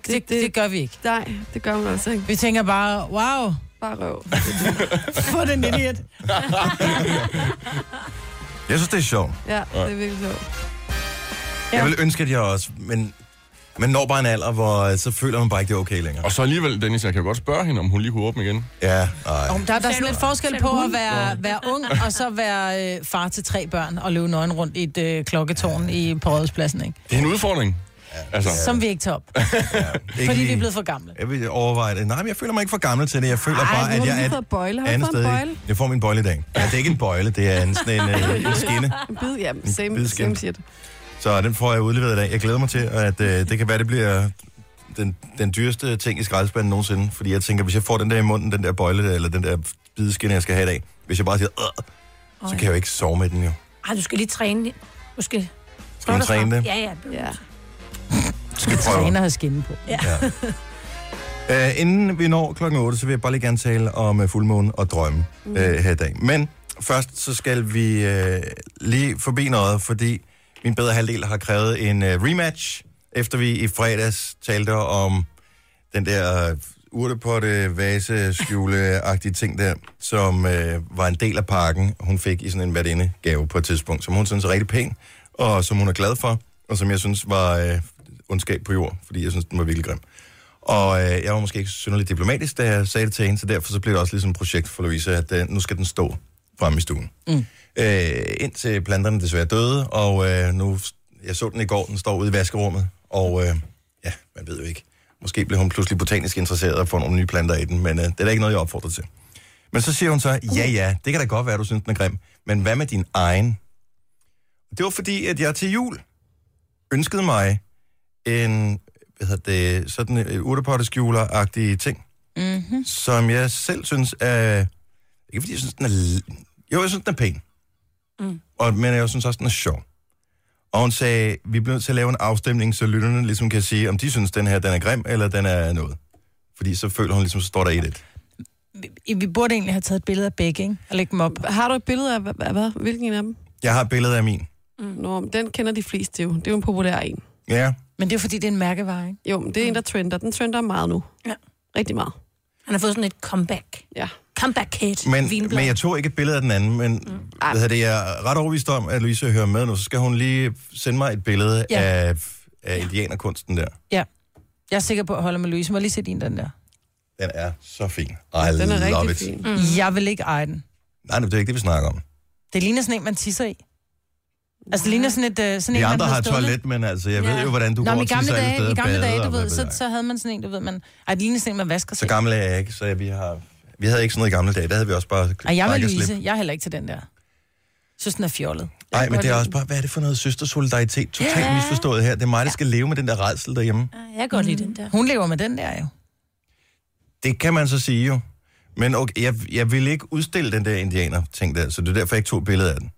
det, det, det, det gør vi ikke. Nej, det gør man altså ikke. Vi tænker bare, wow. Bare røv. Få den idiot. Jeg synes, det er sjovt. Ja, det er virkelig sjovt. Ja. Jeg vil ønske, at jeg også, men man når bare en alder, hvor øh, så føler man bare ikke, det er okay længere. Og så alligevel, Dennis, jeg kan jo godt spørge hende, om hun lige kunne åbne igen. Ja, nej. Om der, der er sådan lidt forskel på at være, være ung, og så være øh, far til tre børn, og løbe nøgen rundt i et øh, klokketårn i, på Rådhuspladsen, ikke? Det er en udfordring. Altså, Som vi ikke tager op. Ikke Fordi vi lige- er blevet for gamle. Jeg vil overveje det. Nej, men jeg føler mig ikke for gammel til det. Jeg føler Ej, bare, nu har at du jeg lige er fået bøjle. Har du andet fået en sted i- bøjle? Jeg får min bøjle i dag. Ja, det er ikke en bøjle, det er en, sådan en, øh, en skinne. En bid, ja. En Same, bidskin. same shit. Så den får jeg udleveret i dag. Jeg glæder mig til, at øh, det kan være, det bliver den, den dyreste ting i skraldespanden nogensinde. Fordi jeg tænker, hvis jeg får den der i munden, den der bøjle, der, eller den der bideskinne, jeg skal have i dag, hvis jeg bare siger, "Åh", så kan jeg jo ikke sove med den jo. Ej, du skal lige træne. Du skal... Skal man træne det? Ja, ja. ja. Skal vi prøve. Træner har skinne på. ja. Ja. Uh, inden vi når klokken 8, så vil jeg bare lige gerne tale om uh, fuldmåne og drømme uh, her i dag. Men først så skal vi uh, lige forbi noget, fordi min bedre halvdel har krævet en uh, rematch, efter vi i fredags talte om den der øh, urtepotte, vase, skjule-agtige ting der, som uh, var en del af pakken, hun fik i sådan en værtinde gave på et tidspunkt, som hun synes er rigtig pæn, og som hun er glad for, og som jeg synes var uh, ondskab på jord, fordi jeg synes, den var virkelig grim. Og øh, jeg var måske ikke synderligt diplomatisk, da jeg sagde det til hende, så derfor så blev det også ligesom et projekt for Louise, at øh, nu skal den stå fremme i stuen. Mm. Øh, indtil planterne desværre døde, og øh, nu, jeg så den i går, den står ude i vaskerummet, og øh, ja, man ved jo ikke. Måske blev hun pludselig botanisk interesseret og får nogle nye planter i den, men øh, det er da ikke noget, jeg opfordrer til. Men så siger hun så, ja ja, det kan da godt være, du synes, den er grim, men hvad med din egen? Det var fordi, at jeg til jul ønskede mig en, hvad hedder det, sådan en urtepotteskjuler-agtig ting, Mm-hmm. som jeg selv synes er... Ikke fordi jeg synes, den er... l- Jo, jeg synes, den er pæn. Mm. Mm. Og, men jeg synes også, den er sjov. Og hun sagde, vi bliver nødt til at lave en afstemning, så lytterne ligesom kan sige, om de synes, den her den er grim, eller den er noget. Fordi så føler hun ligesom, så står der i det. I- Vi burde egentlig have taget et billede af begge, ikke? Og lægge dem op. Har du et billede af, hvad, hvad, hvilken af dem? Jeg har et billede af min. Mm. Nå, men den kender de fleste jo. Det er jo en populær en. Ja, Men det er fordi, det er en mærkevare, ikke? Jo, men det er en, der trender. Den trender meget nu. Ja. Rigtig meget. Han har fået sådan et comeback. Ja. Comeback hit. men, men jeg tog ikke et billede af den anden, men mm. hvad hedder det, jeg er ret overvist om, at Louise hører med nu, så skal hun lige sende mig et billede Ja. ja. af, af indianerkunsten der. Ja. Jeg er sikker på, at holde med Louise. Må jeg lige se din, den der? Den er så fin. I den er er love it. rigtig Fin. Mm. Jeg vil ikke eje den. Nej, det er ikke det, vi snakker om. Det ligner sådan en, man tisser i. Altså, det ligner sådan et... Øh, sådan Vi en, man andre har stående. toilet, men altså, jeg ved jo, hvordan du Nå, går men i og gamle tisser alle dage, steder i gamle bader dage, du og ved, hvad så, jeg. så havde man sådan en, du ved, man... Ej, det ligner sådan en, man vasker Så sig. gammel er jeg ikke, så jeg, vi har... Vi havde ikke sådan noget i gamle dage, der havde vi også bare Ej, jeg vil brækket Louise. slip. Jeg er heller ikke til den der. Jeg synes, den er fjollet. Jeg Nej, kan men godt det er lide også bare, hvad er det for noget søstersolidaritet? Totalt Ja. yeah. misforstået her. Det er mig, der skal leve med den der redsel derhjemme. den. Jeg kan godt lide den der. Hun lever med den der, jo. Det kan man så sige jo. Men okay, jeg, jeg ville ikke udstille den der indianer ting der, så det er derfor, jeg ikke tog et billede af den.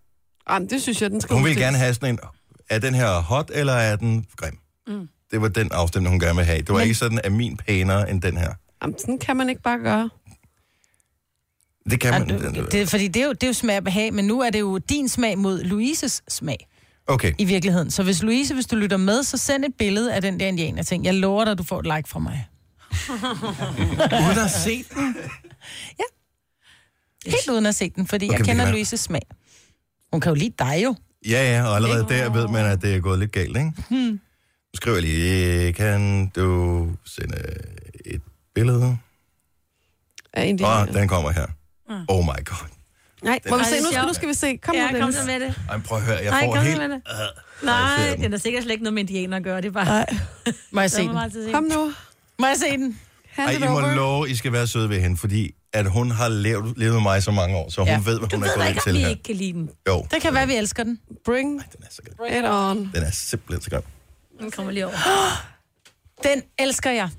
Ej, men det synes jeg, den skal Hun ville udstilles. gerne have sådan en, er den her hot, eller er den grim? Mm. Mm. Det var den afstemning, hun gerne ville have. Det var men... ikke sådan, er min pænere end den her. Jamen, sådan kan man ikke bare gøre. Det kan man. Ej, du- det, fordi det er, jo, det er jo smag og behag, men nu er det jo din smag mod Louises smag Okay. i virkeligheden. Så hvis Louise, hvis du lytter med, så send et billede af den der indianer ting. Jeg lover dig, du får et like fra mig. Uden at se den? Ja. Helt uden at se den, fordi Okay, jeg men det kender kan være- Louises smag. Hun kan jo lide dig jo. Ja, ja, og allerede der ved man, at det er gået lidt galt, ikke? Hmm. Nu skriver jeg lige, kan du sende et billede? Af en Åh, den kommer her. Oh my god. Nej, Den- må vi Ej, se, det er nu skal, sjovt. nu skal vi se. Kom Ja, nu, kom Dennis. så med det. Ej, men prøv at høre, jeg Nej, får kom nu helt... med det. Øh, jeg Nej, ser den. den er sikkert slet ikke noget med indianer at gøre. Det er bare... Nej. Må jeg se Den var den? meget til at se. Kom nu. Må jeg se den? Hand Ej, it I må over. love, I skal være søde ved hende, fordi at hun har levet, levet med mig så mange år, så hun Ja. ja. ved, hvad Du hun ved er da gået ind ikke, til om vi her. ikke kan lide den. Jo, Det kan være, vi elsker den. Bring it on. den er simpelthen så grim. Den kommer lige over. Den elsker jeg.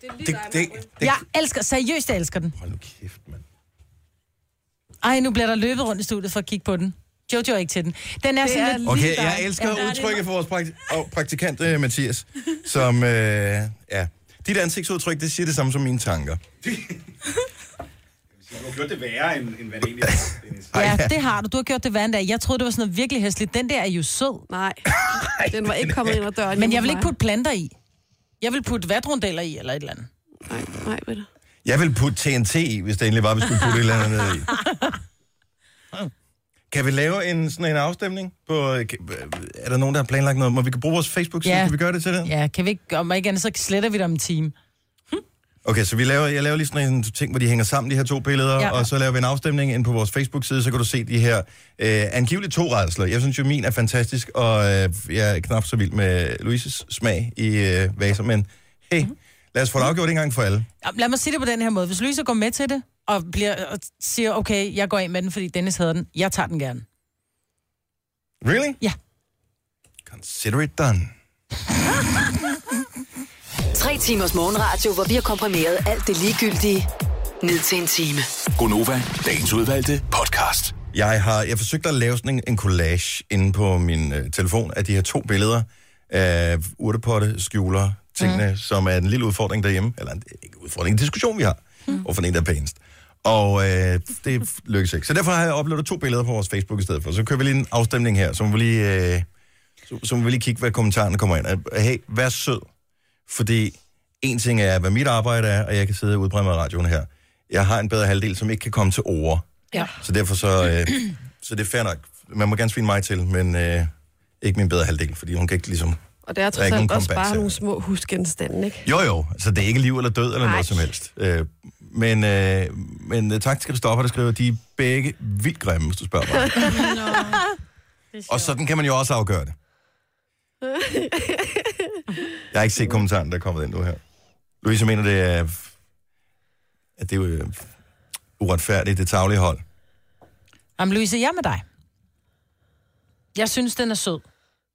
Det, det, det, Jeg elsker, seriøst jeg elsker den. Hold nu kæft, mand. Ej, nu bliver der løbet rundt i studiet for at kigge på den. Jojo er ikke til den. Den er sådan lidt... Okay, jeg elsker udtrykket for vores praktik- og praktikant, øh, Mathias, som... Øh, ja. Dit ansigtsudtryk, det siger det samme som mine tanker. Du har gjort det værre, end, end hvad det egentlig er. Dennis. Ja, det har du. Du har gjort det værre end dag. Jeg troede, det var sådan noget virkelig hæsligt. Den der er jo sød. Nej, den var ikke kommet ind ad døren. Men hjemme jeg vil hos ikke mig. putte planter i. Jeg vil putte vatrundeller i, eller et eller andet. Nej, nej, Britta. Jeg vil putte TNT i, hvis det endelig var, vi skulle putte et eller andet ned i. Kan vi lave en, sådan en afstemning? På, øh, kan- er der nogen, der har planlagt noget? Må vi kan bruge vores Facebook-side? Ja. Kan vi gøre det til det? Ja, kan vi ikke, om ikke andet, så sletter vi det om en time. Okay, så vi laver, jeg laver lige sådan en ting, hvor de hænger sammen, de her to billeder, Ja. ja. og så laver vi en afstemning ind på vores Facebook-side, så kan du se de her øh, angiveligt to redsler. Jeg synes jo, min er fantastisk, og øh, jeg er knap så vild med Louises smag i øh, vaser, men hey, lad os få det afgjort en gang for alle. Jamen, Lad mig sige det på den her måde. Hvis Louise går med til det, og, bliver, og siger, okay, jeg går af med den, fordi Dennis havde den, jeg tager den gerne. Really? Ja. Consider it done. Tre timers morgenradio, hvor vi har komprimeret alt det ligegyldige ned til en time. Gonova, dagens udvalgte podcast. Jeg har jeg forsøgte at lave sådan en, en collage inde på min øh, telefon af de her to billeder af urtepotte, skjuler, tingene, mm. som er en lille udfordring derhjemme. Eller en, ikke en udfordring, en diskussion, vi har. Mm. Og for den der er pænest. Og øh, det lykkes ikke. Så derfor har jeg uploadet to billeder på vores Facebook i stedet for. Så kører vi lige en afstemning her, så må vi lige, øh, så, så må vi lige kigge, hvad kommentarerne kommer ind. Øh, Hey, vær sød. Fordi en ting er, hvad mit arbejde er, og jeg kan sidde og udbrænde mig i radioen her. Jeg har en bedre halvdel, som ikke kan komme til ord. Ja. Så derfor så, øh, så det er fair nok. Man må gerne svine mig til, men øh, ikke min bedre halvdel, fordi hun kan ikke ligesom... Og det er ikke trods nogen alt også comebacks bare her. nogle små husgenstande, ikke? Jo jo, så det er ikke liv eller død eller Ej. Ej. noget som helst. Øh, men, øh, men øh, tak til Christoffer, der skriver, de er begge vildt grimme, hvis du spørger mig. Og sådan kan man jo også afgøre det. Jeg har ikke set kommentaren, der er kommet ind nu her. Louise mener, det er, at det er jo øh, uretfærdigt, det taglige hold. Jamen, Louise, jeg er med dig. Jeg synes, den er sød.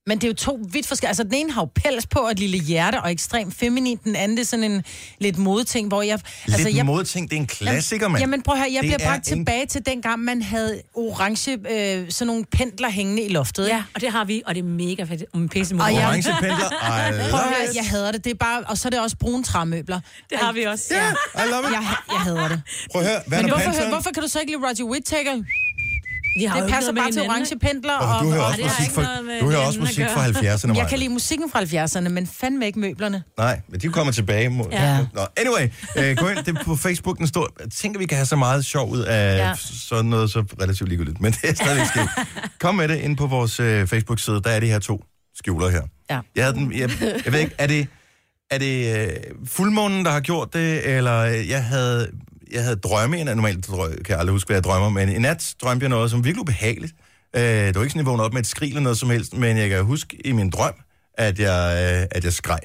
Men det er jo to vidt forskellige. Altså, den ene har jo pels på og et lille hjerte og ekstremt feminin. Den anden, det er sådan en lidt modeting, hvor jeg... Lidt altså, jeg, modting, det er en klassiker, mand. Jamen prøv her, jeg Det bliver er bragt en- tilbage til dengang, man havde orange, øh, sådan nogle pendler hængende i loftet. Ja, og det har vi, og det er mega fedt. Mm, Um, pisse Og jeg- Orange pendler, I love Prøv her, it. jeg hader det. det er bare, og så er det også brune træmøbler. Det har vi også. Ja, I love it. Jeg, jeg hader det. Prøv at høre, hvad Men er hvorfor, hør, hvorfor kan du så ikke lide Roger Whittaker? De har jo det ikke passer noget med bare til hinanden, orange pendler. Åh, du hører også det har musik ikke fra- noget med du hører også hinanden musik at fra gøre. 70'erne, Maja. Jeg kan lide musikken fra 70'erne, men fandme ikke møblerne. Nej, men de kommer tilbage. Mod... Ja. Nå, anyway, øh, gå ind det er på Facebook. Den står... Jeg tænker, vi kan have så meget sjov ud af Ja. ja. sådan noget så relativt ligegyldigt. Men det er stadigvæk sket. Kom med det ind på vores øh, Facebook-side. Der er de her to skjuler her. Ja. Jeg, havde den, jeg, jeg ved ikke, er det, er det øh, fuldmånen, der har gjort det? Eller øh, jeg havde, jeg havde drømme en Normalt drø- kan jeg aldrig huske, hvad jeg drømmer. Men i nat drømte jeg noget, som var virkelig ubehageligt. Øh, det var ikke sådan, at jeg vågnede op med et skrig eller noget som helst. Men jeg kan huske i min drøm, at jeg, øh, at jeg skreg.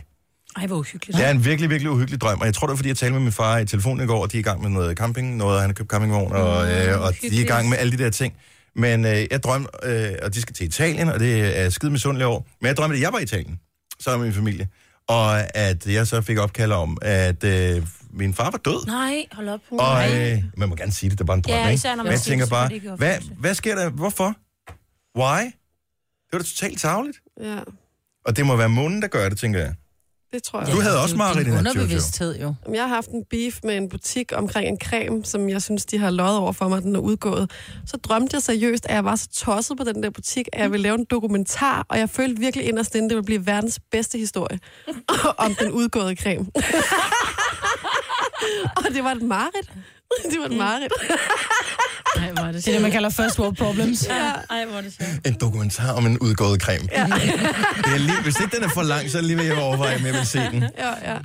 Ej, hvor uhyggeligt. Det er en virkelig, virkelig uhyggelig drøm, og jeg tror, det var, fordi jeg talte med min far i telefonen i går, og de er i gang med noget camping, noget, og han har købt campingvogn, og, øh, og de er i gang med alle de der ting. Men øh, jeg drømte, øh, og de skal til Italien, og det er skide misundeligt over, men jeg drømte, at jeg var i Italien, sammen med min familie, og at jeg så fik opkald om, at øh, min far var død. Nej, hold op. Og øh, man må gerne sige det, det er bare en drøm, Ja, ikke? især når man Men jeg siger tænker det, så bare, er det ikke hvad, hvad sker der? Hvorfor? Why? Det var da totalt tageligt. Ja, Og det må være månen, der gør det, tænker jeg. det tror jeg. Du havde også meget i den her Jojo. jo. Jamen, Jeg har haft en beef med en butik omkring en creme, som jeg synes, de har løjet over for mig, den er udgået. Så drømte jeg seriøst, at jeg var så tosset på den der butik, at jeg ville lave en dokumentar, og jeg følte virkelig inderst inde, det ville blive verdens bedste historie om den udgåede creme. og det var et mareridt. Det var et mareridt. Ej, hvor er Det er det, man kalder first world problems. Ja, ej, hvor er det sjovt. En dokumentar om en udgået creme. Ja. det er lige, hvis ikke den er for lang, så er det lige ved at overveje, om jeg vil se den. Ja, ja.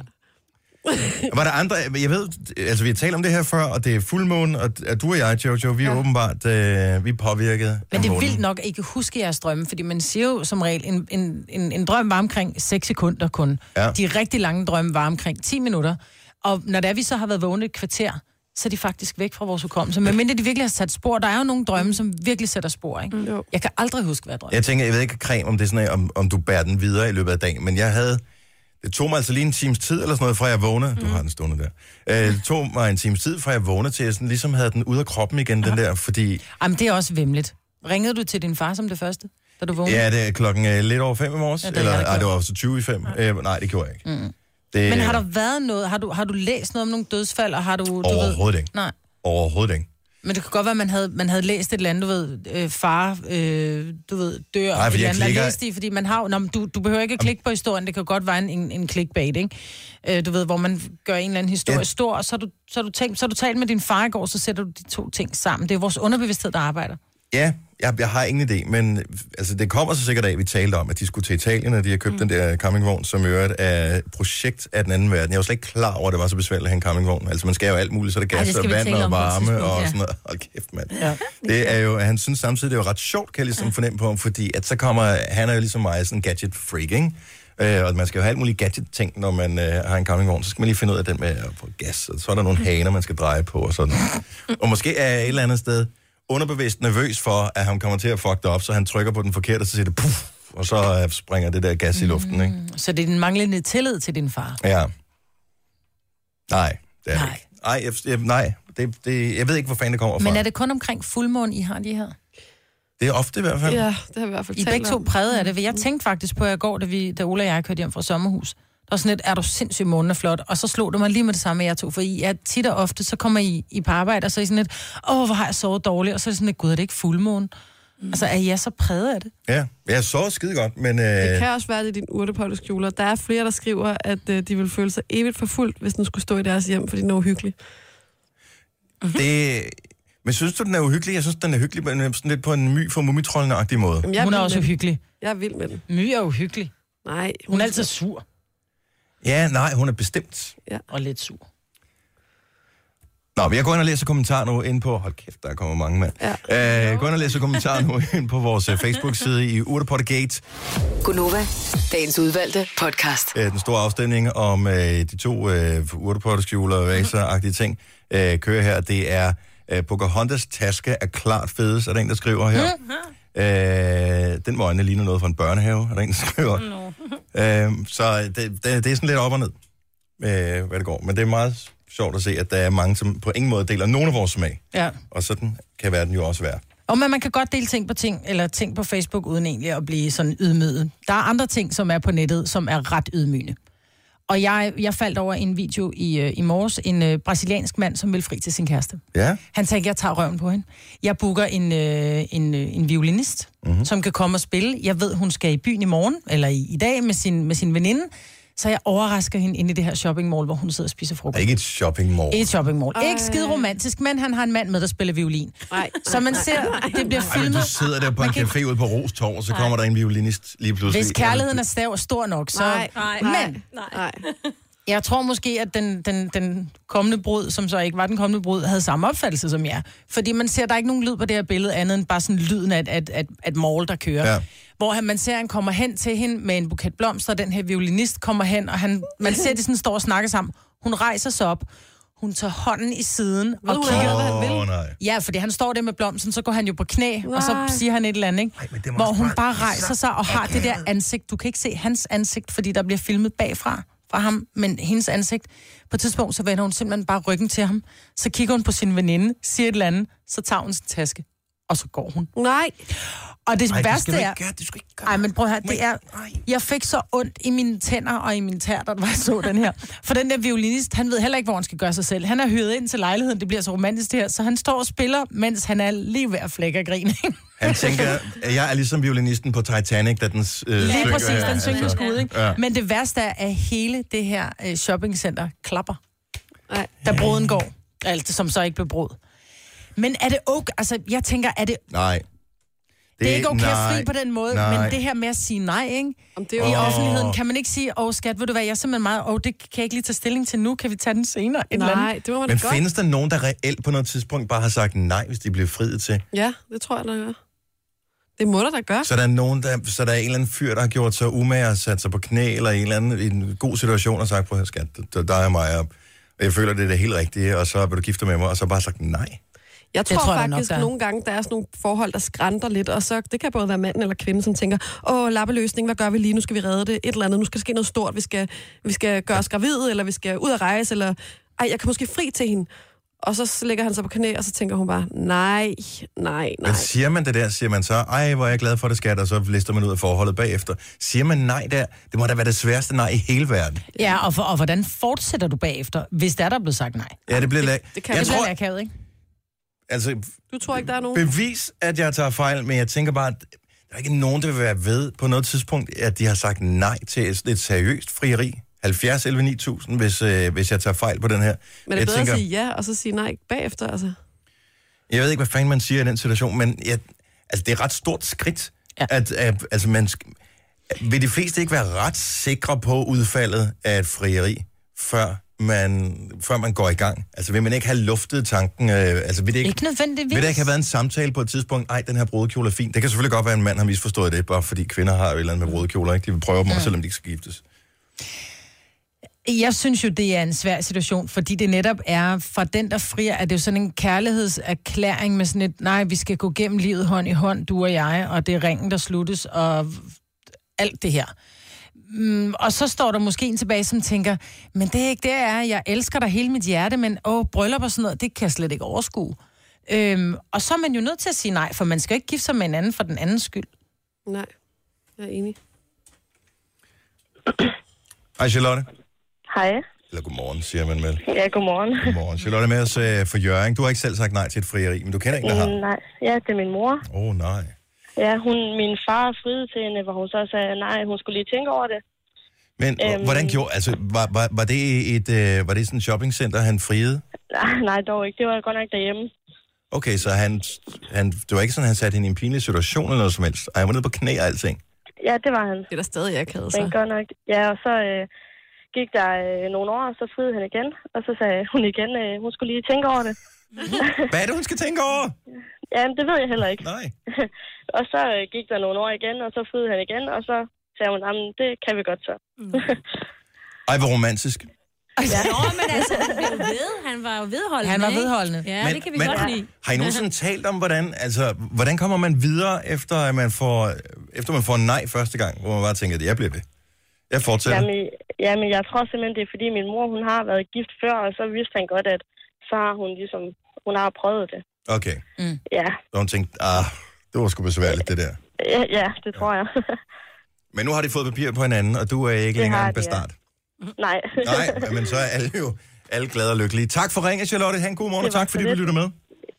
Var der andre? Jeg ved, altså vi har talt om det her før, og det er fuldmåne, og at du og jeg, Jojo, vi er ja. åbenbart øh, vi er påvirket af Men det er månen. vildt nok, at I kan huske jeres drømme, fordi man siger jo som regel, en, en, en, en drøm var omkring 6 sekunder kun. Ja. De rigtig lange drømme var omkring 10 minutter. Og når det er, vi så har været vågne et kvarter, så er de faktisk væk fra vores hukommelse. Men mindre de virkelig har sat spor. Der er jo nogle drømme, som virkelig sætter spor, ikke? Jo. Jeg kan aldrig huske, hvad jeg drømte. Jeg tænker, jeg ved ikke, creme, om, det er sådan, om, om du bærer den videre i løbet af dagen, men jeg havde... Det tog mig altså lige en times tid, eller sådan noget, fra jeg vågnede. Mm. Du har den stående der. Øh, det tog mig en times tid, fra jeg vågnede, til jeg sådan, ligesom havde den ude af kroppen igen, den der, fordi... Jamen, det er også vemmeligt. Ringede du til din far som det første, da du vågnede? Ja, det er klokken øh, lidt over fem i morges. Ja, Ja, det er eller, jeg, der ej, det var så 20 i fem. Øh, nej, det gjorde jeg ikke. Mm. Det, Men har der været noget? Har du, har du læst noget om nogle dødsfald, og har du... du Overhovedet ved... ikke. Nej. Overhovedet ikke. Men det kan godt være, at man havde, man havde læst et eller andet, du ved, øh, far, øh, du ved, dør. Nej, fordi jeg et eller andet, klikker- og læst i, fordi man har, jo- nå, men du, du behøver ikke at klikke på historien, det kan godt være en, en, en clickbait, ikke? Øh, du ved, hvor man gør en eller anden historie ja. stor, og så har du, så har du, tænkt, så har du talt med din far i går, så sætter du de to ting sammen. Det er vores underbevidsthed, der arbejder. Ja, jeg, jeg har ingen idé, men øh, altså, det kommer så sikkert af, at vi talte om, at de skulle til Italien, og de har købt mm. den der campingvogn, som i øvrigt er et projekt af den anden verden. Jeg var slet ikke klar over, at det var så besværligt at have en campingvogn. Altså, man skal jo alt muligt, så er det Ej, det gas skal og vi vand tale og om på et varme tidspunkt, og ja. sådan noget. Hold kæft, mand. Ja. Det er jo, han synes samtidig, det er jo ret sjovt, kan jeg ligesom fornemme på ham, fordi at så kommer, han er jo ligesom mig sådan en gadget-freak, ikke? Øh, og man skal jo have alt muligt gadget-ting, når man øh, har en campingvogn. Så skal man lige finde ud af den med at få gas, og så er der nogle haner, man skal dreje på og sådan noget. Og måske er jeg et eller andet sted underbevidst nervøs for, at han kommer til at fuck det op, så han trykker på den forkerte, og så siger det puff, og så øh, springer det der gas i luften, ikke? Så det er den manglende tillid til din far. Ja. Nej, det er nej. det ikke. Ej, jeg, jeg, nej, det, det, jeg ved ikke, hvor fanden det kommer fra. Men er det kun omkring fuldmåne, I har de her? Det er ofte i hvert fald. det har vi i hvert fald I er talt begge to om. Mm. præget af det, for jeg tænkte faktisk på, at jeg går, da, vi, da Ola og jeg kørte hjem fra sommerhus. Der var sådan lidt, er du sindssygt månen er flot? Og så slog det mig lige med det samme, at jeg tog, for I er tit og ofte, så kommer I, I på arbejde, og så er I sådan lidt, åh, hvor har jeg sovet dårligt? Og så er det sådan lidt, gud, er det ikke fuldmåne? Mm. Altså, er jeg så præget af det? Ja, jeg så skide godt, men... Øh, Det kan også være, det er din urtepotteskjuler. Der er flere, der skriver, at øh, de vil føle sig evigt forfulgt, hvis den skulle stå i deres hjem, fordi den er uhyggelig. Mhm. Det... Men synes du, den er uhyggelig? Jeg synes, den er hyggelig, men øh, sådan lidt på en my for mumitrollene-agtig måde. Jamen, jeg Hun er vild også med den. uhyggelig. Jeg er vild med den. My er uhyggelig. Nej. Hun er altid sur. Ja, nej, hun er bestemt. Ja. Og lidt sur. Nå, men jeg går ind og læser kommentarer nu ind på... Hold kæft, der kommer mange, mand. Ja. Øh, gå ind og læser kommentarer nu ind på vores øh, Facebook-side i Urtepottegate. Gunova, dagens udvalgte podcast. Øh, den store afstemning om øh, de to øh, urtepotteskjuler Mhm. og vaser-agtige ting øh, kører her. Det er øh, Pocahontas taske er klart fedest, er der en, der skriver her. Mhm. Øh, den må øjnene ligner noget fra en børnehave, er der en, der skriver. Øhm, så det, det, det er sådan lidt op og ned, øh, hvad det går. Men det er meget sjovt at se, at der er mange, som på ingen måde deler nogen af vores smag. Ja. Og sådan kan verden jo også være. Og man, man kan godt dele ting på ting, eller ting på Facebook, uden egentlig at blive sådan ydmyget. Der er andre ting, som er på nettet, som er ret ydmygende. Og jeg, jeg faldt over en video i, øh, i morges, en øh, brasiliansk mand, som vil fri til sin kæreste. Ja. Han tænkte, jeg tager røven på hende. Jeg booker en, øh, en, øh, en violinist, Mhm. mm-hmm. som kan komme og spille. Jeg ved, hun skal i byen i morgen, eller i, i dag, med sin, med sin veninde. Så jeg overrasker hende inde i det her shopping mall, hvor hun sidder og spiser frokost. Og ikke et shopping mall. Et shopping mall. Ikke skide romantisk, men han har en mand med, der spiller violin. Nej. Så man ser, det bliver Ej, men filmet. du sidder der på en kan- café ude på Rostorv, og så Nej. kommer der en violinist lige pludselig. Hvis kærligheden er stav stor nok, så... Nej, nej, nej, men, nej. Jeg tror måske, at den, den, den kommende brud, som så ikke var den kommende brud, havde samme opfattelse som jeg. Fordi man ser, der er ikke nogen lyd på det her billede, andet end bare sådan lyden af et, af, et- af, af et mål, der kører. Ja. Ja. Hvor han, man ser, at han kommer hen til hende med en buket blomster, og den her violinist kommer hen, og han, man ser, at de sådan står og snakker sammen. Hun rejser sig op, hun tager hånden i siden Ved og hun kigger. allerede, hvad han vil? Åh, nej. Ja, fordi han står der med blomsten, så går han jo på knæ, nej. og Nej. så siger han et eller andet, ikke? Ej, må hvor også hun bare- bare rejser sig og har det der ansigt. Du kan ikke se hans ansigt, fordi der bliver filmet bagfra fra ham, men hendes ansigt. På et tidspunkt, så vender hun simpelthen bare ryggen til ham. Så kigger hun på sin veninde, siger et eller andet, så tager hun sin taske, og så går hun. Nej. Og det Ej, det værste skal du ikke er... gøre, det skal ikke gøre. Ej, men prøv at høre, det er... Jeg fik så ondt i mine tænder og i mine tær, da jeg så den her. For den der violinist, han ved heller ikke, hvor han skal gøre sig selv. Han er hyret ind til lejligheden, det bliver så romantisk det her, så han står og spiller, mens han er lige ved at flække og grine. ikke? Han tænker, at jeg er ligesom violinisten på Titanic, da den øh, Lige synger præcis, her, den synger altså. skud, ikke? Ja. Men det værste er, at hele det her øh, shoppingcenter klapper. Da bruden går. Altså, som så ikke blev brud. Men er det okay? Altså, jeg tænker, er det... Nej. Det, det er ikke okay nej, at nej, fri på den måde, nej. nej. men det her med at sige nej, ikke? Om det det er er I jo- offentligheden kan man ikke sige, åh skat, ved du hvad, jeg er simpelthen meget, åh, det kan jeg ikke lige tage stilling til nu, kan vi tage den senere? Et eller andet. Men findes der nogen, der reelt på noget tidspunkt bare har sagt nej, hvis de bliver friet til? Ja, det tror jeg, der gør. Det må der da gøre. Så der er nogen, der, så der er en eller anden fyr, der har gjort sig umage og sat sig på knæ, eller en eller anden i en god situation og sagt, prøv at høre, skat, der- der er mig, og jeg føler, det er det helt rigtige, og så vil du gifte dig med mig, og så bare sagt nej. Jeg tror, Det tror tror jeg da nok, faktisk, nok, der er. nogle gange, der er sådan nogle forhold, der skrænter lidt, og så, det kan både være manden eller kvinden, som tænker, åh, lappeløsning, hvad gør vi lige, nu skal vi redde det, et eller andet, nu skal der ske noget stort, vi skal, vi skal gøre os gravide, eller vi skal ud at rejse, eller ej, jeg kan måske fri til hende. Og så lægger han sig på knæ, og så tænker hun bare, nej, nej, nej. Men siger man det der, siger man så, ej, hvor er jeg glad for det, skat, og så lister man ud af forholdet bagefter. Siger man nej der, det må da være det sværeste nej i hele verden. Ja, og, for, og hvordan fortsætter du bagefter, hvis der er der er blevet sagt nej? Ja, det bliver lag. Det kan jeg jeg tror, ikke. altså, Du tror ikke, der er nogen... bevis, at jeg tager fejl, men jeg tænker bare, at der er ikke nogen, der vil være ved på noget tidspunkt, at de har sagt nej til et, et seriøst frieri. 70 11 9000, hvis, øh, hvis jeg tager fejl på den her. Men det er jeg bedre tænker... at sige ja, og så sige nej bagefter, altså. Jeg ved ikke, hvad fanden man siger i den situation, men jeg, altså, det er et ret stort skridt. Ja. At, at, altså, man, sk- vil de fleste ikke være ret sikre på udfaldet af et frieri, før man, før man går i gang? Altså vil man ikke have luftet tanken? Øh, altså, vil det ikke, Ikke nødvendigvis. Vil der ikke have været en samtale på et tidspunkt? Ej, den her brodekjole er fin. Det kan selvfølgelig godt være, at en mand har misforstået det, bare fordi kvinder har jo et eller andet med brodekjoler. Ikke? De vil prøve dem, ja. også, selvom de ikke skal giftes. Jeg synes jo, det er en svær situation, fordi det netop er fra den, der frier, at det er jo sådan en kærlighedserklæring med sådan et, nej, vi skal gå gennem livet hånd i hånd, du og jeg, og det er ringen, der sluttes, og alt det her. Mm, og så står der måske en tilbage, som tænker, men det er ikke det, jeg er. Jeg elsker dig hele mit hjerte, men åh, bryllup og sådan noget, det kan jeg slet ikke overskue. Øhm, og så er man jo nødt til at sige nej, for man skal jo ikke gifte sig med en anden for den andens skyld. Nej, jeg er enig. Hej, Charlotte. Hej. Eller godmorgen, siger man vel. Ja, godmorgen. Godmorgen. Charlotte er med os øh, for Jørgen. Du har ikke selv sagt nej til et frieri, men du kender en, der har. Mm, nej, ja, det er min mor. Åh, oh, nej. Ja, hun, min far friede til hende, hvor hun så sagde, nej, hun skulle lige tænke over det. Men øhm, Øhm. hvordan gjorde... Altså, var, var, var det et... Øh, var det sådan et shoppingcenter, han friede? Nej, nej, dog ikke. Det var godt nok derhjemme. Okay, så han, han... Det var ikke sådan, han satte hende i en pinlig situation eller noget som helst. Ej, han var nede på knæ og alting. Ja, det var han. Det er da stadig akavet, så. Men godt nok. Ja, og så øh, gik der øh, nogle år, og så friede han igen. Og så sagde hun igen, øh, hun skulle lige tænke over det. Hvad er det, hun skal tænke over? Ja, men det ved jeg heller ikke. Nej. og så øh, gik der nogle år igen, og så friede han igen, og så sagde hun, jamen, det kan vi godt så. Ej, hvor romantisk. Ja. Nå, men altså, han blev ved. Han var jo vedholdende. Han var ikke? vedholdende. Ja, men, det kan vi men, men, godt lide. Har I nogensinde talt om, hvordan, altså, hvordan kommer man videre, efter at man får, efter man får nej første gang, hvor man bare tænker, at jeg bliver ved. Jeg fortsætter. Jamen, jamen, jeg tror simpelthen, det er fordi min mor, hun har været gift før, og så vidste han godt, at så har hun ligesom, hun har prøvet det. Okay. Mm. Ja, Så hun tænkte, ah, det var sgu besværligt, det der. ja, ja det tror jeg. Men nu har de fået papir på hinanden, og du er ikke Det længere har en de, ja. bastard. Nej. Nej, men så er alle jo alle glade og lykkelige. Tak for ringen, Charlotte. Han god morgen, og Det var tak så fordi du lidt. lytter med.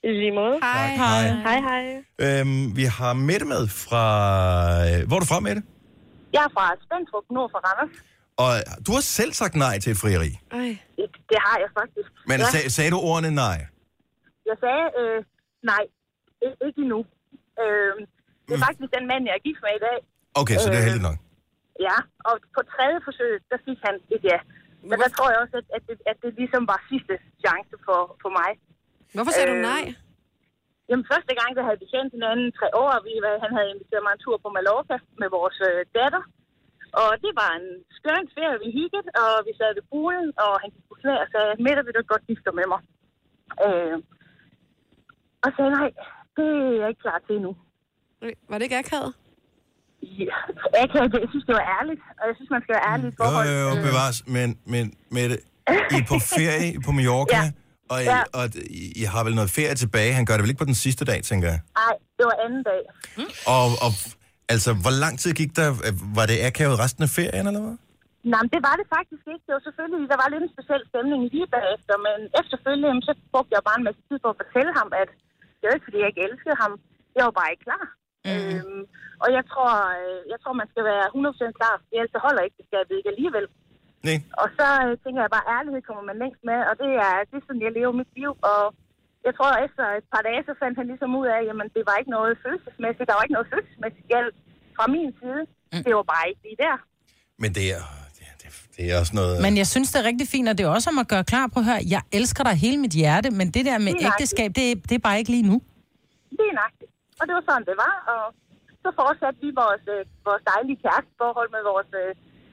I lige måde. Hej. Tak. Hej. Hej, hej. Øhm, vi har Mette med fra... Hvor er du fra, Mette? Jeg er fra Spændtrup, nord for Randers. Og du har selv sagt nej til et frieri. Ej. Det har jeg faktisk. Men ja, sag, sagde du ordene nej? Jeg sagde, øh, nej, ikke, ikke endnu. Øh, det er faktisk den mand, jeg er gift med i dag. Mm. Okay, så det er heldigt nok. Ja, og på tredje forsøg, der fik han et ja. Men der tror jeg også, at, at, det, at det ligesom var sidste chance for, for mig. Øh, Hvorfor sagde du nej? Jamen, første gang, der havde vi kendt hinanden tre år, og vi, var- han havde inviteret mig en tur på Mallorca med vores øh, datter. Og det var en skøn ferie, vi hyggede, og vi sad ved poolen, og han gik på knæ og sagde, Mette, vil du ikke godt gifte dig med mig? Øh, og sagde, nej, det er jeg ikke klar til endnu. Øh, Var det ikke akavet? Ja, akavet, det- jeg synes, det var ærligt, og jeg synes, man skal være ærlig i Mm. Jo, forhold. Mm. jo, jo, bevares. Men, men Mette, I er på ferie på Mallorca, ja. Ja. og, I, Ja. og I, I har vel noget ferie tilbage. Han gør det vel ikke på den sidste dag, tænker jeg. Nej, det var anden dag. Og, og altså, hvor lang tid gik der? Var det akavet resten af ferien, eller hvad? Nej, men det var det faktisk ikke. Det var selvfølgelig, der var lidt en speciel stemning lige bagefter, men efterfølgende jamen, så brugte jeg bare en masse tid på at fortælle ham, at det var ikke, fordi jeg ikke elskede ham. Jeg var bare ikke klar. Mm. Øhm, og jeg tror, øh, jeg tror, man skal være 100% klar, for ellers så holder ikke det skabet ikke alligevel. Nej. Og så øh, tænker jeg bare, ærlighed kommer man længst med, og det er, det er sådan, jeg lever mit liv. Og jeg tror, efter et par dage, så fandt han ligesom ud af, at jamen, det var ikke noget følelsesmæssigt. Der var ikke noget følelsesmæssigt galt fra min side. Mm. Det var bare ikke lige der. Men det er, det, er- det er også noget... Men jeg synes, det er rigtig fint, og det er også om at gøre klar på her. Jeg elsker dig hele mit hjerte, men det der med Lige nøjagtigt. ægteskab, det, er- det er bare ikke lige nu. Lige nøjagtigt. Og det var sådan, det var. Og så fortsatte vi vores, øh, vores dejlige kæresteforhold med vores, øh,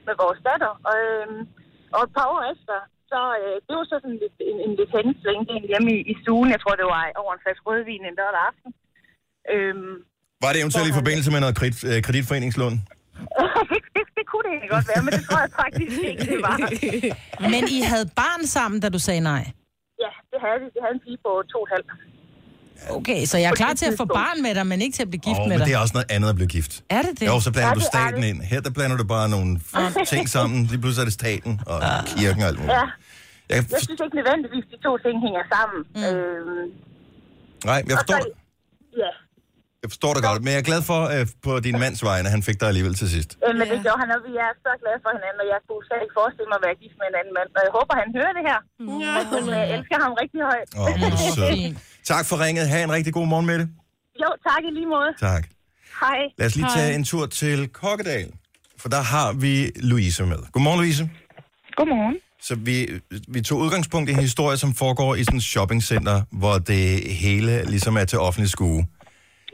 med vores datter. Og, øh, og et par år efter, så øh, det var så sådan lidt, en, en lidt hændelsesving hjemme i, i stuen. Jeg tror, det var over en flaske rødvin en lørdag aften. Øhm, Var det eventuelt i forbindelse med noget kredit, øh, kreditforeningslån? det, det, det kunne det egentlig godt være, men det tror jeg faktisk ikke, det var. Men I havde barn sammen, da du sagde nej. Ja, det havde vi. Vi havde en pige på to og en halv. Okay, så jeg er klar til at få barn med dig, men ikke til at blive gift Åh, oh, men med dig. det er også noget andet at blive gift. Er det det? Jo, så blander Ja, du det er staten det. ind. Her der blander du bare nogle Ah. ting sammen. Lige pludselig er det staten og kirken og alt muligt. Ja. Jeg Jeg synes ikke nødvendigvis, de to ting hænger sammen. Mm. Øhm, Nej, jeg Og forstår, så- Ja, jeg forstår dig godt, men jeg er glad for øh, på din mands vegne, at han fik dig alligevel til sidst. øh, men det gjorde han, og vi er så glade for hinanden, og jeg kunne slet ikke forestille mig at være gift med en anden mand. Og jeg håber, han hører det her. Ja. Men øh, jeg elsker ham rigtig højt. Åh, hvor er du sød. Tak for ringet. Ha' en rigtig god morgen med det. jo, tak i lige måde. Tak. Hej. Lad os lige tage en tur til Kokkedal, for der har vi Louise med. Godmorgen, Louise. Godmorgen. Så vi, vi tog udgangspunkt i en historie, som foregår i sådan et shoppingcenter, hvor det hele ligesom er til offentlig skue.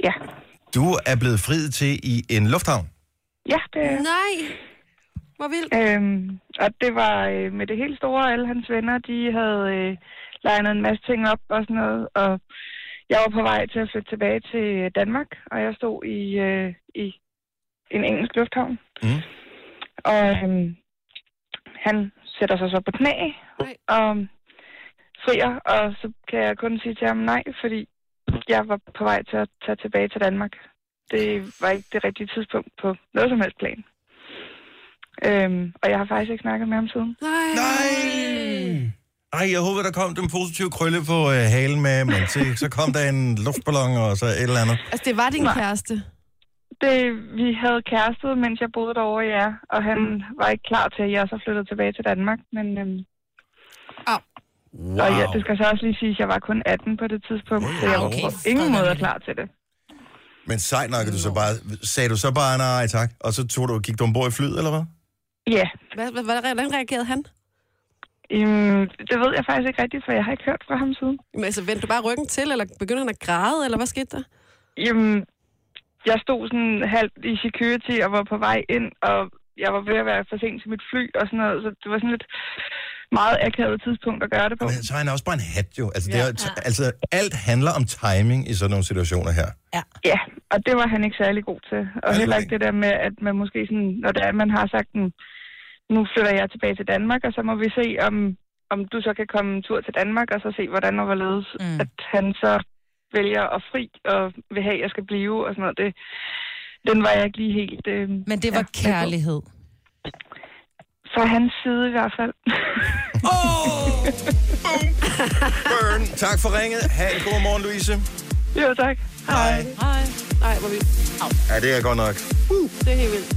Ja. Du er blevet friet til i en lufthavn. Ja, det Nej. Hvor vildt. Øhm, og det var øh, med det helt store, alle hans venner, de havde øh, legnet en masse ting op og sådan noget, og jeg var på vej til at flytte tilbage til Danmark, og jeg stod i, øh, i en engelsk lufthavn. Mm. Og øhm, han sætter sig så på knæ og frier, og så kan jeg kun sige til ham nej, fordi jeg var på vej til at tage tilbage til Danmark. Det var ikke det rigtige tidspunkt på noget som helst plan. Øhm, og jeg har faktisk ikke snakket med ham siden. Nej. Nej. Ej, jeg håber, der kom den positive krølle på øh, halen med, men se, så kom der en luftballon og så et eller andet. Altså, det var din Nej. kæreste. Det, vi havde kærestet, mens jeg boede derovre, ja. Og han var ikke klar til, at jeg så flyttede tilbage til Danmark. Men, øhm, wow. Og ja, det skal så også lige sige, at jeg var kun 18 på det tidspunkt, så jeg var Okay, på ingen måde klar til det. Men sejt nok, at du så bare, sagde du så bare nej tak, og så tog du, gik du ombord i flyet, eller hvad? Ja. Hvad, hvad, hvordan reagerede han? Øhm, det ved jeg faktisk ikke rigtigt, for jeg har ikke hørt fra ham siden. Jamen, altså, vendte du bare ryggen til, eller begyndte han at græde, eller hvad skete der? Jamen, jeg stod sådan halvt i security og var på vej ind, og jeg var ved at være for sent til mit fly og sådan noget, så det var sådan lidt meget akavet tidspunkt at gøre det på. Men så har han også bare en hat jo. Altså, det er, t- altså, alt handler om timing i sådan nogle situationer her. Ja. ja, og det var han ikke særlig god til. Og heller ikke det der med, at man måske sådan, når det er, man har sagt, "Mm, nu flytter jeg tilbage til Danmark, og så må vi se, om, om du så kan komme en tur til Danmark, og så se, hvordan og hvorledes, mm. at han så vælger at fri, og vil have, at jeg skal blive, og sådan noget. Det, den var jeg ikke lige helt... Øh, Men det var ja, kærlighed. Fra hans side i hvert fald. Burn. Tak for ringet. Ha' en god morgen, Louise. Jo, tak. Hej. Hej. Nej, hvor vildt. Au. Ja, det er godt nok. Uh, det er helt vildt.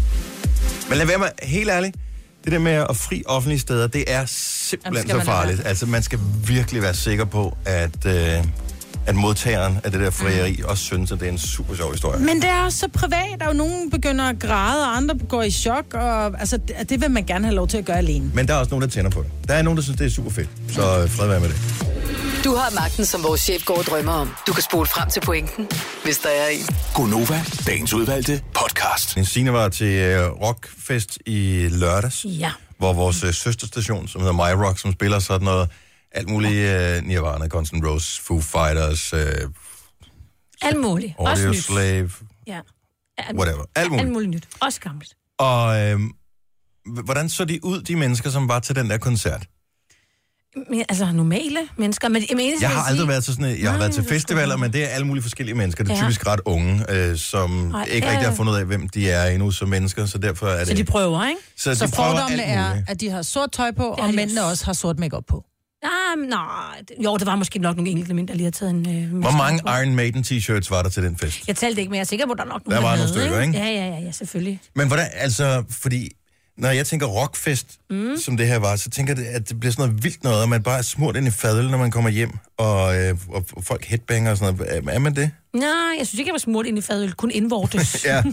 Men lad være med, helt ærligt, det der med at fri offentlige steder, det er Jamen, simpelthen skal så man lade farligt. Altså, man skal virkelig være sikker på, at, øh, at modtageren af det Mm. der frieri også synes, at det er en super sjov historie. Men det er også så privat, og nogen begynder at græde, og andre går i chok, og altså, det, det vil man gerne have lov til at gøre alene. Men der er også nogen, der tænder på det. Der er nogen, der synes, det er super fedt. Så øh, fred være med det. Du har magten, som vores chef går og drømmer om. Du kan spole frem til pointen, hvis der er en. Gonova, dagens udvalgte podcast. Min Signe var til øh, rockfest i lørdags, Ja. hvor vores øh, søsterstation, som hedder My Rock, som spiller sådan noget, alt muligt øh, Nirvana, Guns N' Roses, Foo Fighters, øh, Alt muligt. Også Audio nyt. Slave, Ja. whatever. Alt muligt. Alt muligt nyt. Også gammelt. Og øh, h- hvordan så de ud, de mennesker, som var til den der koncert? Men, altså normale mennesker. Men, men eneste, Jeg har vil aldrig sige- været til sådan en, jeg har Nej, været til det skulle festivaler, jeg. men det er alle mulige forskellige mennesker. Det er Ja. typisk ret unge, øh, som Ej, ikke ja, rigtig har ja. fundet ud af, hvem de er endnu som mennesker, så derfor er det... Så de prøver, ikke? Så, så de prøver fordommene alt muligt. er, at de har sort tøj på, og mændene også har sort makeup på. Ah, men nej. Jo, der var måske nok nogle enkelte mænd, der lige har taget en... Øh, Hvor mange Iron Maiden t-shirts var der til den fest? Jeg talte ikke, men jeg er sikker på, at der er nok Der nogen, var havde, nogle stykker, ikke? Ja, ja, ja, ja, selvfølgelig. Men hvordan, altså, fordi når jeg tænker rockfest, mm. som det her var, så tænker jeg, at det bliver sådan noget vildt noget, og man bare er smurt ind i fadel, når man kommer hjem, og, øh, og og folk headbanger og sådan noget. Er- Er man det? Nej, jeg synes ikke, jeg var smurt ind i fadøl, kun indvortes. Ja.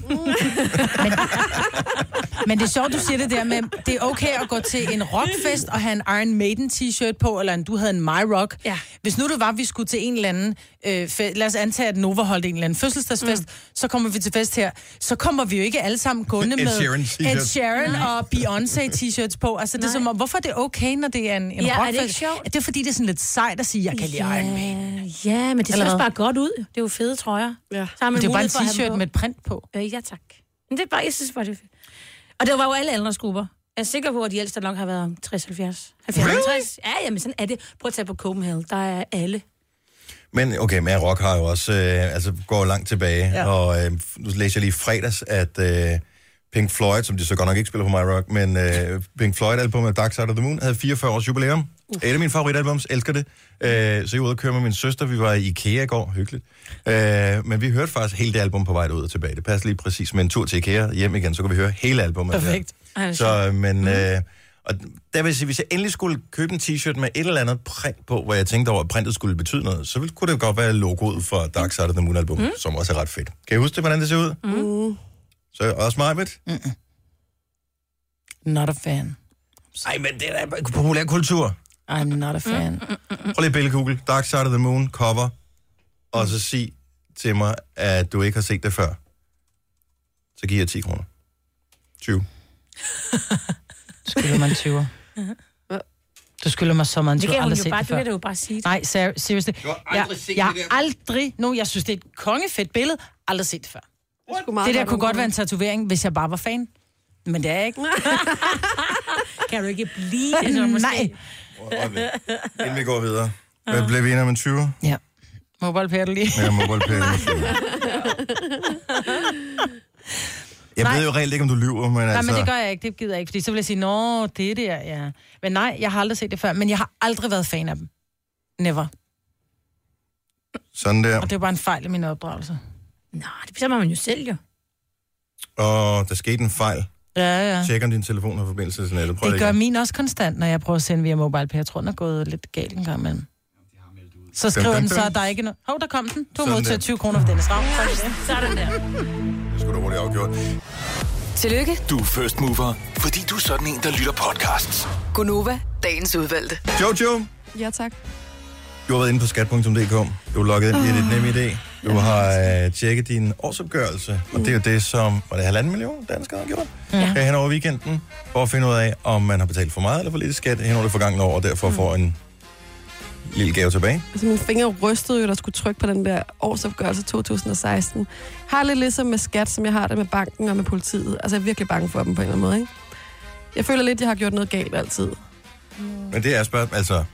Men det er sjovt, du siger det der med, det er okay at gå til en rockfest og have en Iron Maiden t-shirt på, eller en, du havde en My Rock. Ja. Hvis nu det var, at vi skulle til en eller anden, øh, fe- lad os antage, at Nova holdt en eller anden fødselsdagsfest, mm. så kommer vi til fest her, så kommer vi jo ikke alle sammen gående Ed med Sheeran t-shirt. Ed Sheeran og Beyoncé t-shirts på. Altså, det er som om, hvorfor er det okay, når det er en, en Ja, er det rockfest? ikke sjovt? det er fordi, det er sådan lidt sejt at sige, jeg kan lide Iron Maiden. Ja, men det ser Eller også hvad? bare godt ud. Det er jo fede trøjer. Ja. Men det er jo bare en t-shirt med et print på. Øh, ja, tak. Men det er bare, jeg synes bare, det er fedt. Og det var jo alle aldersgrupper. Jeg er sikker på, at de ældste nok har været om 60, 70, 70, Really? 50. Ja, jamen sådan er det. Prøv at tage på Copenhagen. Der er alle. Men okay, men rock har jo også, øh, altså går langt tilbage, Ja. ja. og øh, nu læser jeg lige i fredags, at øh, Pink Floyd, som de så godt nok ikke spiller på My Rock, men øh, Pink Floyd-albumet Dark Side of the Moon havde 44 års jubilæum. Uh. Et af mine favoritalbums, elsker det. Øh, så jeg var ude og køre med min søster, vi var i IKEA i går, hyggeligt. Øh, men vi hørte faktisk hele det album på vej ud og tilbage. Det passer lige præcis med en tur til IKEA hjem igen, så kan vi høre hele albumet. her. Perfekt. Ej, hvor Så, øh, men... Øh, og der vil jeg sige, hvis jeg endelig skulle købe en t-shirt med et eller andet print på, hvor jeg tænkte over, at printet skulle betyde noget, så ville- kunne det godt være logoet for Dark Side of the Moon album, mm. som også er ret fedt. Kan I huske det, hvordan det ser ud? Mm. Så også mig, Not a fan. Nej, men det er da populær kultur. I'm not a fan. Prøv lige billedkugel. Dark Side of the Moon, cover. Og så sig til mig, at du ikke har set det før. Så giver jeg 10 kroner. 20. skylder mig en 20'er. Du skylder mig så meget en Det 20'er. kan hun aldrig jo set bare- det du før. kan da jo bare sige det. Nej, ser, seriously. Du har aldrig jeg, set jeg det der. har aldrig, no, jeg synes, det er et kongefedt billede, aldrig set det før. meget Det der godt kunne være godt være en tatovering, hvis jeg bare var fan. Men det er jeg ikke. kan du ikke blive det så måske? Nej. Inden vi går videre. Hvad blev vi enige om en 20? Ja. Mobile du Ah. lige. Ja, mobile pay. Jeg Nej. ved jo reelt ikke, om du lyver, men Nej, altså... men det gør jeg ikke. Det gider jeg ikke, fordi så vil jeg sige, nå, det er det, ja. Men nej, jeg har aldrig set det før, men jeg har aldrig været fan af dem. Never. Sådan der. Og det er jo bare en fejl i min opdragelse. Nej, det bestemmer man jo selv, jo. Og der skete en fejl. Ja, ja. Tjek, om din telefon har forbindelse til nettet. Prøv Det gør igen. min også konstant, når jeg prøver at sende via mobile, jeg tror, den er gået lidt galt en gang imellem. Så Dum, skriver dum, den så, dum. at der er ikke noget. Hov, der kom den. Du har Sådan der. modtaget 20 kroner for Dennis Ravn. Sådan der. Det skulle du hurtigt afgjort. Tillykke, Du er first mover, fordi du er sådan en, der lytter podcasts. Gunova, dagens udvalgte. Jojo, Ja, tak. Du har været inde på skat.dk. Du har logget ind i Ah. dit nemme idé. Du har øh, tjekket din årsopgørelse, og det er jo det, som var det halvanden million danskere har gjort ja. hen over weekenden, for at finde ud af, om man har betalt for meget eller for lidt i skat hen over det forgangne år, og Mm. derfor får en lille gave tilbage. Altså, mine fingre rystede jo, da jeg skulle trykke på den der årsopgørelse 2016. Har lidt ligesom med skat, som jeg har det med banken og med politiet. Altså, jeg er virkelig bange for dem på en eller anden måde, ikke? Jeg føler lidt, jeg har gjort noget galt altid. Men det er spørgsmålet, altså...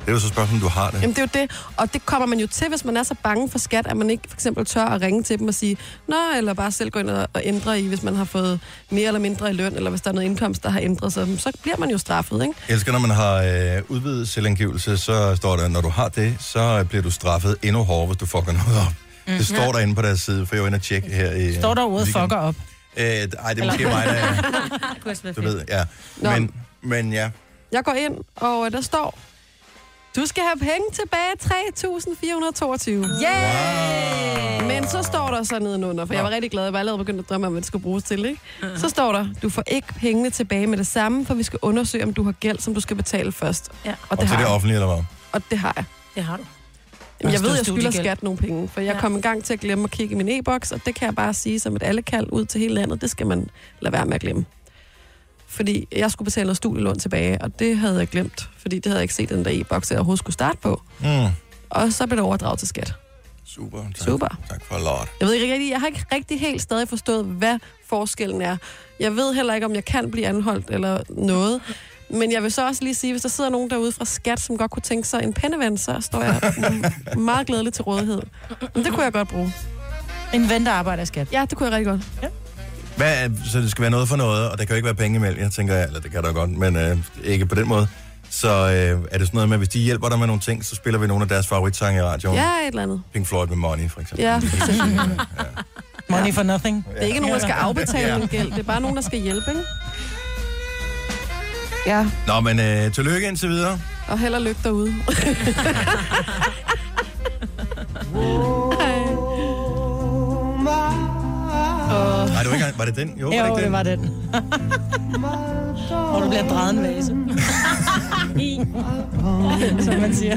Det er jo så spørgsmålet, om du har det. Jamen, det er jo det. Og det kommer man jo til, hvis man er så bange for skat, at man ikke for eksempel tør at ringe til dem og sige, nå, eller bare selv gå ind og, og ændre i, hvis man har fået mere eller mindre i løn, eller hvis der er noget indkomst, der har ændret sig, så bliver man jo straffet, ikke? Jeg elsker, når man har øh, udvidet selvangivelse, så står der, når du har det, så øh, bliver du straffet endnu hårdere, hvis du fucker noget op. Mm. Mhm. Mm. Det står Ja. ja. derinde på deres side, for jeg var inde og tjekke her i... øh, Står der ordet weekenden. fucker op? Øh, ej, det er måske mig, der er, du ved, ja. Nå. Men, men ja, Jeg går ind, og øh, der står, du skal have penge tilbage, 3.422. Yeah! Wow. Men så står der så nedenunder, for jeg var rigtig glad, jeg var allerede begyndt at drømme om, hvad det skulle bruges til, ikke? Så står der, du får ikke pengene tilbage med det samme, for vi skal undersøge, om du har gæld, som du skal betale først. Ja. Og og det til har det jeg. offentlige, eller hvad? Og det har jeg. Det har du. Jamen, jeg Også ved, du jeg skylder studiegæld. skat nogle penge, for jeg Ja. kom en gang til at glemme at kigge i min e-boks, og det kan jeg bare sige som et allekald ud til hele landet, det skal man lade være med at glemme. Fordi jeg skulle betale noget studielån tilbage, og det havde jeg glemt, fordi det havde jeg ikke set den der e-boks, jeg overhovedet skulle starte på. Mm. Og så blev det overdraget til skat. Super. Tak. Super. Tak for lort. Jeg ved ikke rigtig, jeg har ikke rigtig helt stadig forstået, hvad forskellen er. Jeg ved heller ikke, om jeg kan blive anholdt eller noget. Men jeg vil så også lige sige, hvis der sidder nogen derude fra Skat, som godt kunne tænke sig en penneven, så står jeg m- meget glædeligt til rådighed. Men det kunne jeg godt bruge. En ven, der arbejder i Skat? Ja, det kunne jeg rigtig godt. Ja. Hvad, er- så det skal være noget for noget, og der kan jo ikke være penge imellem, jeg tænker, eller det kan der godt, men øh, ikke på den måde. Så øh, er det sådan noget med, hvis de hjælper dig med nogle ting, så spiller vi nogle af deres favoritsange i radioen. ja, et eller andet. Pink Floyd med Money, for eksempel. Ja, for eksempel. Money for nothing. Det er ikke nogen, der skal afbetale en gæld. Det er bare nogen, der skal hjælpe, ikke? Ja, Nå, men øh, tillykke indtil videre. og held og lykke derude. Hej. Nej, det var ikke engang- Var det den? Jo, var det Jo, ikke det den? var den. Hvor du bliver drejet en vase. Som man siger.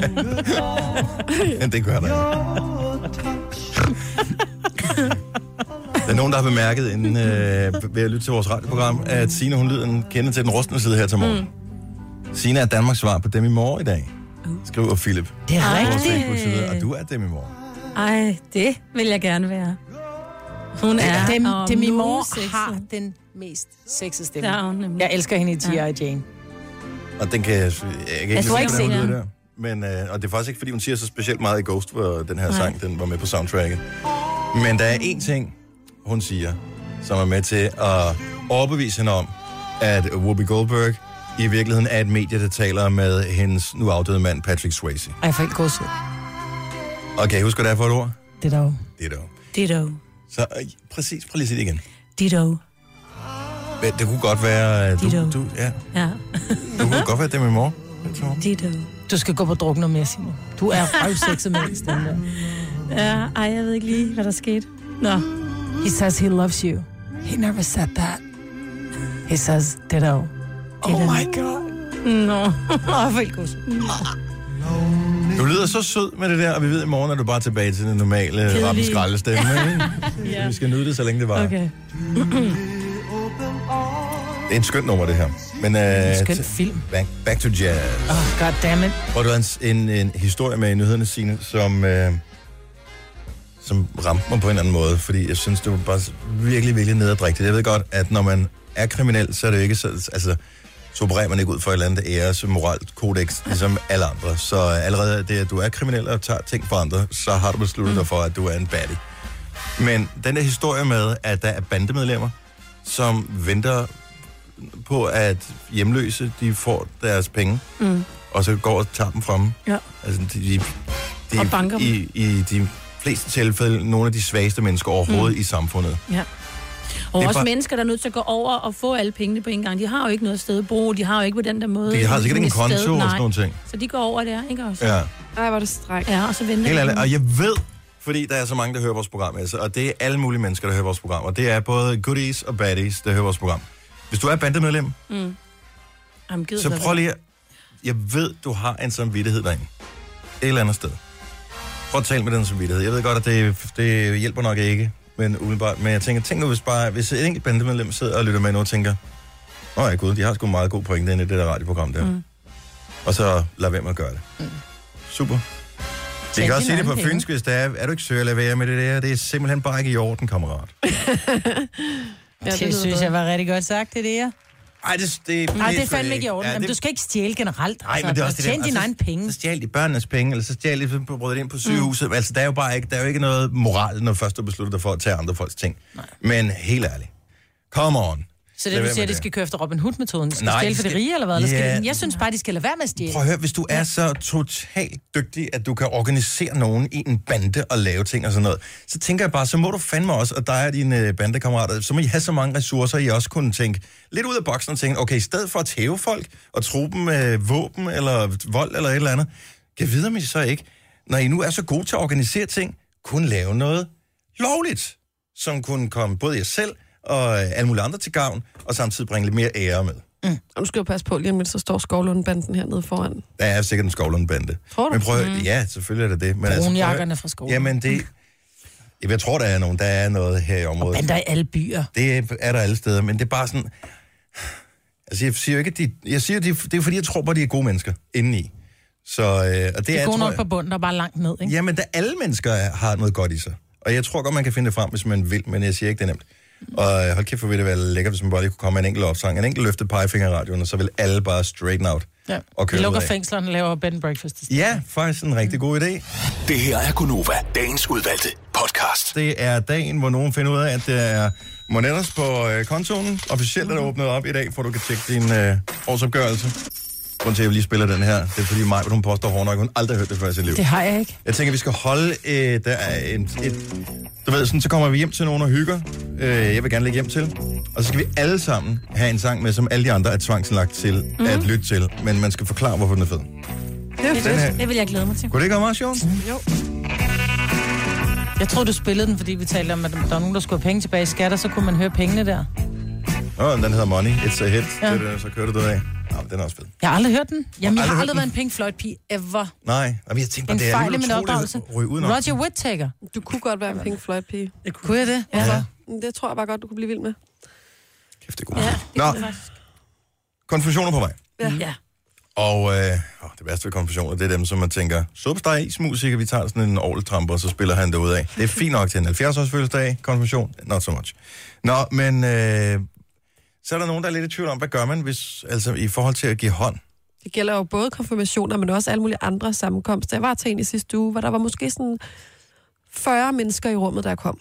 Men det gør der ikke. Der er nogen, der har bemærket inden, øh, ved at lytte til vores radioprogram, at Sina, hun lyder en kende til den rustne side her til morgen. Mm. Sina er Danmarks svar på Demi Moore i dag, skriver Philip. Uh. Det er På vores rigtigt. Facebook-side, Og du er Demi Moore. Ej, det vil jeg gerne være. Hun er Dem, om dem i nogen mor sexet. har den mest sexede stemme. Det har hun nemlig. Jeg elsker hende i G.I. Jane. Og den kan jeg, jeg kan ikke, Jeg tror lide, ikke, hvordan hun Sina. lyder der. Men, øh, og det er faktisk ikke, fordi hun siger så specielt meget i Ghost, hvor den her Nej. sang den var med på soundtracket. Men der er én ting, hun siger, som er med til at overbevise hende om, at Whoopi Goldberg i virkeligheden er et medie, der taler med hendes nu afdøde mand, Patrick Swayze. Ej, jeg får helt gåsehud. Og kan I huske, hvad det er for et ord? Det er dog. Det er dog. Ditto. Så øh, præcis, prøv lige at sige det igen. Ditto. Men Det kunne godt være... øh, Du, du, ja, Ja. det kunne godt være det med mor. Ditto. Du skal gå på drukken noget mere, Signe. Du er røvsexet med den der. Ja, ej, jeg ved ikke lige, hvad der skete. Nå. He says he loves you. He never said that. He says ditto. Oh my god. Nå, jeg får helt gåsehud. Du lyder så sød med det der, og vi ved i morgen, at du bare er tilbage til den normale Kedelig. rappen skraldestemme. Ja. ja. Vi skal nyde det, så længe det var. Okay. Okay. Det er et skønt nummer, det her. Men, øh, En skøn t- film. Back, back to jazz. Oh, god damn it. Og du havde en, en, en historie med i nyhederne, Signe, som, øh, som ramte mig på en eller anden måde, fordi jeg synes, det var bare s- virkelig, virkelig nederdrægtigt. Jeg ved godt, at når man er kriminel, så er det jo ikke så... Altså, så opererer man ikke ud for et eller andet æres moralt kodex, ligesom alle andre. Så allerede det, at du er kriminel og tager ting fra andre, så har du besluttet dig for, at du er en baddie. Men den der historie med, at der er bandemedlemmer, som venter på, at hjemløse de får deres penge, Mm. og så går og tager dem fra dem. Ja. Altså, de, de, Og banker dem. i, i de fleste tilfælde nogle af de svageste mennesker overhovedet mm. i samfundet. Ja. Og Det er også bare- mennesker, der er nødt til at gå over og få alle pengene på en gang. De har jo ikke noget sted at bruge, de har jo ikke på den der måde. De har sikkert ikke en et sted, konto og nej. sådan nogle ting. Så de går over der, ikke også? Ja. Ej, var det stræk. Ja, og så venter Helt de. ærligt. Og jeg ved, fordi der er så mange, der hører vores program, altså, og det er alle mulige mennesker, der hører vores program, og det er både goodies og baddies, der hører vores program. Hvis du er bandemedlem, Mm. Jamen, gider så det prøv være. lige at... Jeg ved, du har en samvittighed derinde. Et eller andet sted. Prøv at tale med den samvittighed. Jeg ved godt, at det, det hjælper nok ikke, men umiddelbart. Men jeg tænker, tænk nu, hvis bare hvis et enkelt bandemedlem sidder og lytter med nu og tænker, Nå ja, gud, de har sgu en meget god pointe inde i det der radioprogram der. Mm. Mm. Og så lad være med at gøre det. Mm. Super. Vi Tag kan også dine sige det på egne penge. fynsk, hvis det er, er du ikke søger at lade være med det der? Det er simpelthen bare ikke i orden, kammerat. Ja, det, lyder det synes bedre. jeg var rigtig godt sagt, det der. Ej, det, det, Nej, det er sgu fandme ikke i orden. Ja, det... Jamen, du skal ikke stjæle generelt. Nej, men det er også det der. Tjene dine Altså, egne penge. Så stjal de børnenes penge, eller så stjal de på brødet ind på sygehuset. Mm. Altså, der er jo bare ikke, der er jo ikke noget moral, når først du beslutter dig for at tage andre folks ting. Nej. Men helt ærligt. Come on. Så Lad det, være du siger, med det skal køre efter Robin Hood-metoden. De skal Nej, Nej, stjæle de for det skal- rige, eller hvad? Eller skal Ja. de... Jeg synes bare, de skal lade være med at stjæle. Prøv at høre, hvis du er så totalt dygtig, at du kan organisere nogen i en bande og lave ting og sådan noget, så tænker jeg bare, så må du fandme også, og dig og dine øh, bandekammerater, så må I have så mange ressourcer, I også kunne tænke lidt ud af boksen og tænke, okay, i stedet for at tæve folk og tro dem med våben eller vold eller et eller andet, kan videre mig så ikke, når I nu er så gode til at organisere ting, kun lave noget lovligt, som kunne komme både jer selv og øh, alle mulige andre til gavn, og samtidig bringe lidt mere ære med. Mm. Og nu skal du passe på lige om lidt, så står Skovlundbanden hernede foran. Der er sikkert en skovlundbande. Tror du? Men prøv, Mm. mm. Ja, selvfølgelig er det det. Men altså, Brunjakkerne prøv- fra skolen. Jamen det... Jamen, Jeg tror, der er nogen. Der er noget her i området. Bander i alle byer. Det er der alle steder, men det er bare sådan... Altså, jeg siger jo ikke, at de... Jeg siger, det er, det er fordi, jeg tror bare, de er gode mennesker indeni. Så, øh, og det, Det er, er er gode tror nok jeg- på bunden, der er bare langt ned, ikke? Jamen, da alle mennesker er- har noget godt i sig. Og jeg tror godt, man kan finde det frem, hvis man vil, men jeg siger ikke, det er nemt. Og øh, hold kæft, hvor ville det være lækkert, hvis man bare lige kunne komme med en enkelt opsang, en enkelt løftet pegefinger i radioen, og så vil alle bare straighten out. Ja. Og Vi kører lukker ud af. fængslerne og laver bed and breakfast. Ja, faktisk en rigtig god idé. Det her er Gunova, dagens udvalgte podcast. Det er dagen, hvor nogen finder ud af, at der er monetters på øh, kontoen. Officielt er Mhm. der åbnet op i dag, for du kan tjekke din øh, årsopgørelse. Grunden til, at jeg lige spiller den her, det er fordi Maj, hun påstår hårdnok, hun aldrig har hørt det før i sit liv. Det har jeg ikke. Jeg tænker, vi skal holde... Øh, der er en, et, du ved, sådan, så kommer vi hjem til nogen og hygger. Øh, jeg vil gerne lægge hjem til. Og så skal vi alle sammen have en sang med, som alle de andre er tvangslagt til mm. Mhm. at lytte til. Men man skal forklare, hvorfor den er fed. Det er fedt. fedt. Det vil jeg glæde mig til. Kunne det ikke være meget sjovt? Jo. Jeg tror du spillede den, fordi vi talte om, at der var nogen, der skulle have penge tilbage i skat, og så kunne man høre pengene der. Åh, den hedder Money. It's a hit. Ja. Ja. Det, er det, så kører du det af. Nå, den er også fed. Jeg har aldrig hørt den. Jamen, jeg Aldrig har hørt aldrig den? været en Pink Floyd-pige ever. Nej, og jeg tænkte bare, En det er fejl i alligevel min utroligt at opdragelse. ryge udenom. Roger Whittaker. Du kunne godt være en Pink Floyd-pige. Det kunne jeg det. Ja. Det tror jeg bare godt, du kunne blive vild med. Kæft, det er godt. Ja, Nå, konfusioner på vej. Ja. ja. Og øh, åh, det værste ved konfusioner, det er dem, som man tænker, suppesteg, ismusiker, vi tager sådan en orgeltramper, og så spiller han det ud af. Det er fint nok til en 70-års fødselsdag, konfirmation, not so much. Nå, men øh, så er der nogen, der er lidt i tvivl om, hvad gør man hvis, altså, i forhold til at give hånd? Det gælder jo både konfirmationer, men også alle mulige andre sammenkomster. Jeg var til en i sidste uge, hvor der var måske sådan 40 mennesker i rummet, der kom.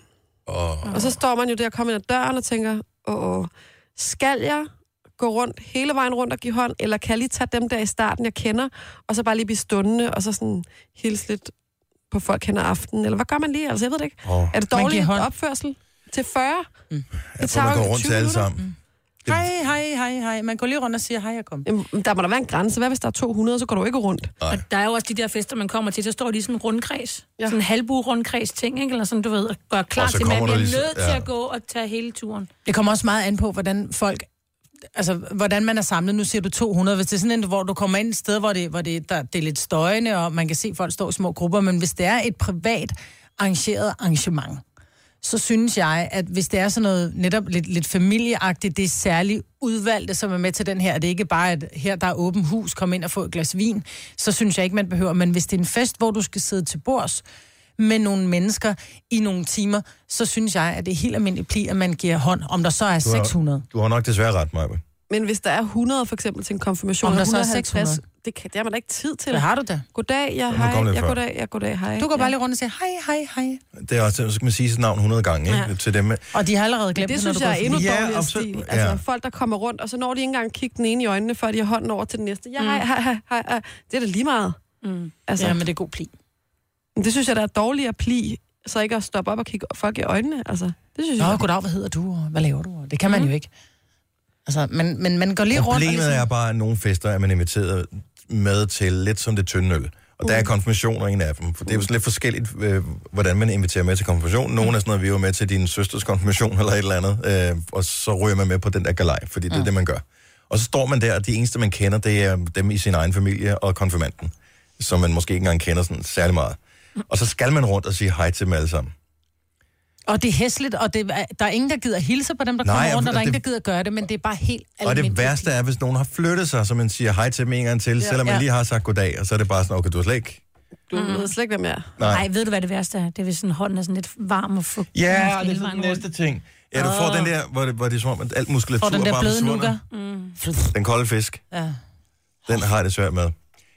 Og, Og så står man jo der og kommer ind ad døren og tænker, åh, åh, skal jeg gå rundt hele vejen rundt og give hånd, eller kan jeg lige tage dem der i starten, jeg kender, og så bare lige blive stående, og så sådan hilse lidt på folk hen ad aftenen, eller hvad gør man lige? Altså, jeg ved det ikke. Åh. Er det Man giver dårlig hånd. opførsel til 40? Mm. jeg tror, Altså, man går rundt til alle sammen. Hej, hej, hej, hej. Man går lige rundt og siger, hej, jeg kom. Jamen, der må da være en grænse. Hvad hvis der er 200, så går du ikke rundt? Og der er jo også de der fester, man kommer til, så står de i sådan en rundkreds. Ja. Sådan en halvbue rundkreds ting, ikke? Eller sådan, du ved, og gør klar Og så til, at man kommer bliver der nødt lige så- til ja. at gå og tage hele turen. Det kommer også meget an på, hvordan folk altså, hvordan man er samlet. Nu siger du 200. Hvis det er sådan en, hvor du kommer ind et sted, hvor det, hvor det, der, det er lidt støjende, og man kan se, at folk står i små grupper, men hvis det er et privat arrangeret arrangement, så synes jeg, at hvis det er sådan noget netop lidt, lidt familieagtigt, det er særligt udvalgte, som er med til den her, og det er ikke bare, at her der er åben hus, kom ind og få et glas vin, så synes jeg ikke, man behøver. Men hvis det er en fest, hvor du skal sidde til bords med nogle mennesker i nogle timer, så synes jeg, at det er helt almindelig pli, at man giver hånd, om der så er Du har- 600. Du har nok desværre ret, Maja. Men hvis der er 100 for eksempel til en konfirmation, Om der og så er 150, 600. det, kan, det har man da ikke tid til. Det har du da. Goddag, ja, må hej, komme lidt ja, før. goddag, ja, goddag, hej. Du går bare ja. lige rundt og siger, hej, hej, hej. Det er også, så skal man sige sit navn 100 gange ikke? Ja. Ja. til dem. Og de har allerede Men glemt det når synes du går jeg er forbi. endnu Ja, dårligere ja, absolut. stil. Altså Ja. folk, der kommer rundt, og så når de ikke engang at kigge den ene i øjnene, før de har hånden over til den næste. Ja, hej, hej, hej, hej, hej. Det er da lige meget. Mm. Altså, Mm. Ja, men det er god pli. Men det synes jeg, der er dårligere pli, så ikke at stoppe op og kigge folk i øjnene. Altså, det synes Nå, jeg. goddag, hvad hedder du, og hvad laver du? Og Det kan man jo ikke. Altså, men, men man går lige rundt og Problemet ligesom... er bare, at nogle fester er man inviteret med til lidt som det tynde øl. Og Mm. der er konfirmationer en af dem. For det er jo sådan lidt forskelligt, øh, hvordan man inviterer med til konfirmation. Nogle er sådan noget, vi var med til din søsters konfirmation eller et eller andet. Øh, og så ryger man med på den der galej, fordi det Mm. er det, man gør. Og så står man der, og de eneste, man kender, det er dem i sin egen familie og konfirmanden. Som man måske ikke engang kender sådan særlig meget. Og så skal man rundt og sige hej til dem alle sammen. Og det er hæsligt, og det er, der er ingen, der gider hilse på dem, der Nej, kommer rundt, og og der er det- ingen, der gider gøre det, men det er bare helt Og almindeligt. det værste er, hvis nogen har flyttet sig, så man siger hej til dem en gang til, Ja. ja. selvom man Ja. lige har sagt goddag, og så er det bare sådan, okay, du har slet ikke... Du ved slet ikke, hvem jeg er. Nej. Nej, ved du, hvad det værste er? Det er, hvis sådan, hånden er sådan lidt varm og fugtig. Ja, det er sådan den næste ting. Ja, du får den der, hvor det, hvor det er som om, at alt muskulatur Får den der bare bløde forsvunder. Mm. Den kolde fisk, Ja. den har jeg det svært med.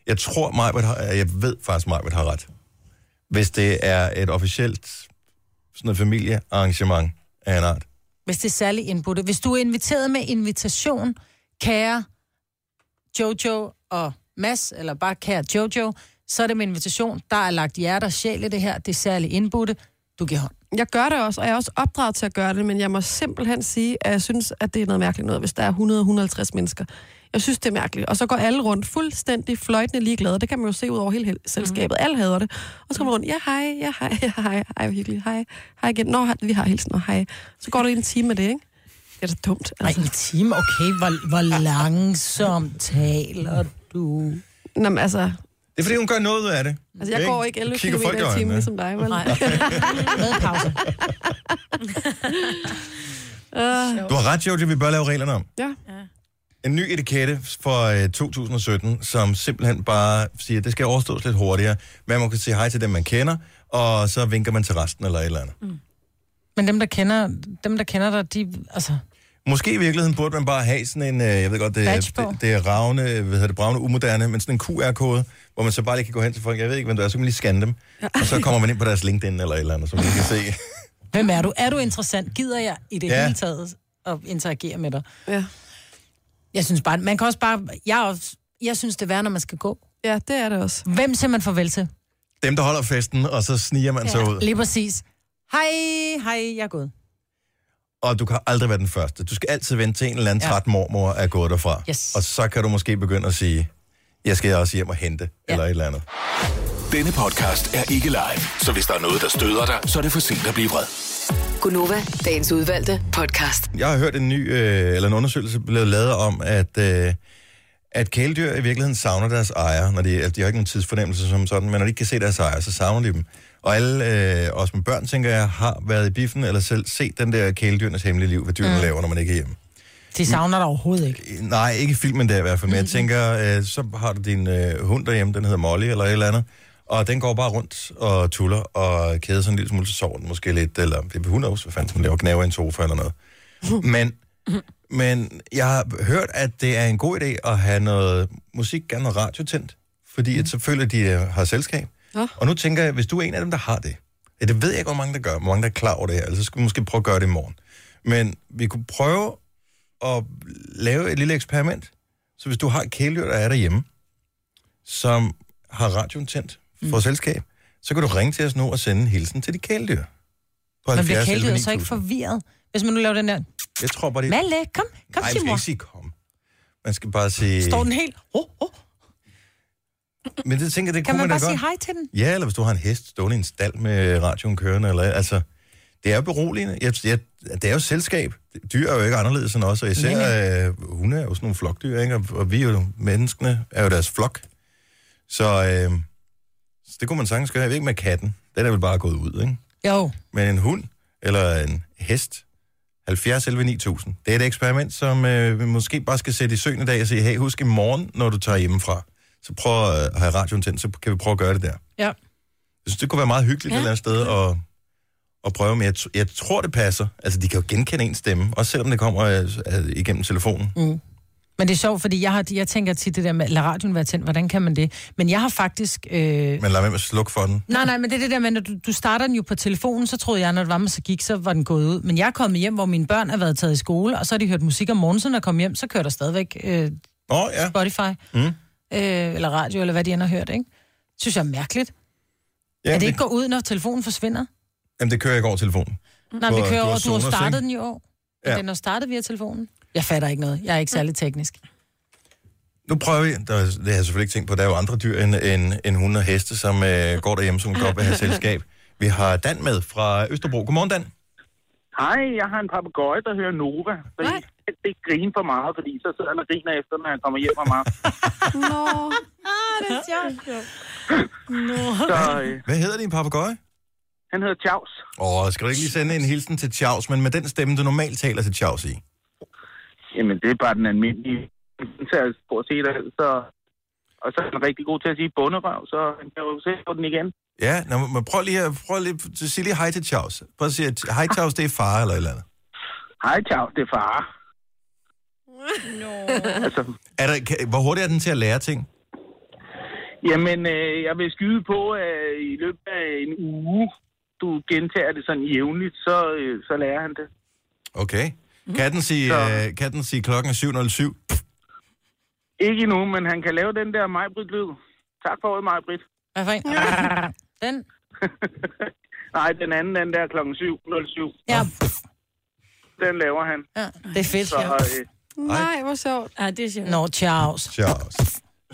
Jeg tror, Majbert har, jeg ved faktisk, Majbert har ret. Hvis det er et officielt sådan et familiearrangement af en art. Hvis det er særlig indbudte. Hvis du er inviteret med invitation, kære Jojo og Mads, eller bare kære Jojo, så er det med invitation. Der er lagt hjerte og sjæl i det her. Det er særlig indbudte. Du giver hånd. Jeg gør det også, og jeg er også opdraget til at gøre det, men jeg må simpelthen sige, at jeg synes, at det er noget mærkeligt noget, hvis der er 100-150 mennesker. Jeg synes, det er mærkeligt. Og så går alle rundt fuldstændig fløjtende ligeglade. Det kan man jo se ud over hele hel- selskabet. Alle hader det. Og så kommer man rundt, ja hej, ja hej, ja hej, hej, hvor hyggeligt, hej, hej igen. Nå, hej, vi har hilsen, og hej. Så går du i en time med det, ikke? Det er da dumt. Altså. Nej, en time, okay. Hvor, hvor langsomt taler du? Nå, men altså, Det er fordi, hun gør noget ud af det. Altså, jeg går ikke 11 Kigger km folk i i timen øjnene. ligesom dig, vel? Nej. Med pause. uh, Du har ret, Jojo, vi bør lave reglerne om. ja. En ny etikette fra øh, 2017, som simpelthen bare siger, at det skal overstås lidt hurtigere. Men man kan sige hej til dem, man kender, og så vinker man til resten eller et eller andet. Men dem, der kender, dem, der kender dig, de... Altså, Måske i virkeligheden burde man bare have sådan en, øh, jeg ved godt, det, Badge det, på. det er ravne, hvad hedder det, bravne, umoderne, men sådan en QR-kode, hvor man så bare lige kan gå hen til folk, jeg ved ikke, hvem du er, så kan man lige scanne dem, ja. og så kommer man ind på deres LinkedIn eller et eller andet, så man lige kan se. hvem er du? Er du interessant? Gider jeg i det ja. Ja. hele taget at interagere med dig? Ja. Jeg synes bare, man kan også bare... Jeg, er også, jeg synes, det er værd, når man skal gå. Ja, det er det også. Hvem siger man farvel til? Dem, der holder festen, og så sniger man ja. sig ud. Lige præcis. Hej, hej, jeg er gået. Og du kan aldrig være den første. Du skal altid vente til en eller anden ja. træt mormor er gået derfra. Yes. Og så kan du måske begynde at sige, jeg skal også hjem og hente, ja. eller et eller andet. Denne podcast er ikke live, så hvis der er noget, der støder dig, så er det for sent at blive vred. Gunova, dagens udvalgte podcast. Jeg har hørt en ny, øh, eller en undersøgelse blev lavet om, at, øh, at kæledyr i virkeligheden savner deres ejer. Når de, altså, de har ikke nogen tidsfornemmelse som sådan, men når de ikke kan se deres ejer, så savner de dem. Og alle, øh, også med børn, tænker jeg, har været i biffen eller selv set den der kæledyrenes hemmelige liv, hvad dyrene Mm. mm. laver, når man ikke er hjemme. De savner dig overhovedet ikke. Nej, ikke i filmen der i hvert fald, men jeg tænker, øh, så har du din øh, hund derhjemme, den hedder Molly eller et eller andet, og den går bare rundt og tuller og kæder sig en lille smule, så sover den måske lidt, eller det er hun også, hvad fanden hun laver, knaver i en sofa eller noget. Men, men jeg har hørt, at det er en god idé at have noget musik, gerne noget Mm. radio tændt, fordi at så føler de, at de øh, har selskab. Nå. Og nu tænker jeg, hvis du er en af dem, der har det, Ja, det ved jeg ikke, hvor mange der gør, hvor mange der er klar over det her. Altså, så skal vi måske prøve at gøre det i morgen. Men vi kunne prøve at lave et lille eksperiment. Så hvis du har et kæledyr, der er derhjemme, som har radioen tændt for mm. selskab, så kan du ringe til os nu og sende en hilsen til dit kæledyr. På Man bliver 70 kæledyr 11 så ikke 9000. forvirret, hvis man nu laver den der... Jeg tror bare, det Malle, kom, kom Nej, til man skal mor. ikke sige kom. Man skal bare sige... Står den helt... Oh, oh. Men det tænker jeg, det Kan kunne man da bare godt. sige hej til den? Ja, eller hvis du har en hest stående i en stald med radioen kørende, eller altså, det er jo beroligende. Jeg, jeg, det er jo selskab. Dyr er jo ikke anderledes end os, og især øh, hunde er jo sådan nogle flokdyr, ikke? Og, og vi er jo, menneskene er jo deres flok. Så, øh, så det kunne man sagtens gøre. Jeg ved ikke med katten. Den er vel bare gået ud, ikke? Jo. Men en hund eller en hest, 70 11 9000. Det er et eksperiment, som øh, vi måske bare skal sætte i søen i dag og sige, hey, husk i morgen, når du tager hjemmefra, så prøv at øh, have radioen tændt, så kan vi prøve at gøre det der. Ja. Jeg synes, det kunne være meget hyggeligt ja. et eller andet sted at, at prøve, men jeg, t- jeg tror, det passer. Altså, de kan jo genkende ens stemme, også selvom det kommer øh, øh, igennem telefonen. Mm. Men det er sjovt, fordi jeg, har, jeg tænker tit det der med, lad radioen være tændt, hvordan kan man det? Men jeg har faktisk... Øh... Men lad være med at slukke for den. Nej, nej, men det er det der med, når du, du starter den jo på telefonen, så troede jeg, når det var, man så gik, så var den gået ud. Men jeg er kommet hjem, hvor mine børn har været taget i skole, og så har de hørt musik om morgenen, så når jeg kom hjem, så kører der stadigvæk øh, oh, ja. Spotify, Mm. øh, eller radio, eller hvad de end har hørt, ikke? Synes jeg er mærkeligt. Ja, Ja, er det det- ikke går ud, når telefonen forsvinder? Jamen, det kører jeg over telefonen. Nej, Du vi har- kører du har over, du har Sonos, startet ikke? den i år. Ja. Ja. Mm. Den har startet via telefonen. Jeg fatter ikke noget. Jeg er ikke særlig teknisk. Nu prøver vi, der, er- det har jeg selvfølgelig ikke tænkt på, der er jo andre dyr end, end, end hunde og heste, som øh, går derhjemme, som godt vil have selskab. Vi har Dan med fra Østerbro. Godmorgen, Dan. Hej, jeg har en papegøje, der hører Nova. Så jeg skal ikke grine for meget, fordi så sidder han og griner efter, når han kommer hjem om aftenen. Nå, ah, det er sjovt. Mm. Nå. Så, øh, Hvad hedder din papegøje? Han hedder Chaus. Åh, skal du ikke lige sende en hilsen til Chaus, men med den stemme, du normalt taler til Chaus i? Jamen, det er bare den almindelige. Den tager stort set alt, så... Og så er han rigtig god til at sige bunderøv, så han kan jo se på den igen. Ja, nå, men prøv lige at prøv lige, at- sig lige hej til Chaus. Prøv at sige, at hej Chaus, det er far eller et eller andet. Hej Chaus, det er far. altså. er der, kan, hvor hurtigt er den til at lære ting? Jamen, øh, jeg vil skyde på, at i løbet af en uge, du gentager det sådan jævnligt, så, øh, så lærer han det. Okay. Kan den sige, øh, kan den sige klokken er 7.07? Ikke endnu, men han kan lave den der Majbrit-lyd. Tak for ordet, Majbrit. Hvad for en? Den? Nej, den anden, den der klokken 7.07. Ja. Den laver han. Ja, det er fedt. Så, ja. øh, Nej, hvor sjovt. Ja, det er sjovt. Nå, Charles. Charles.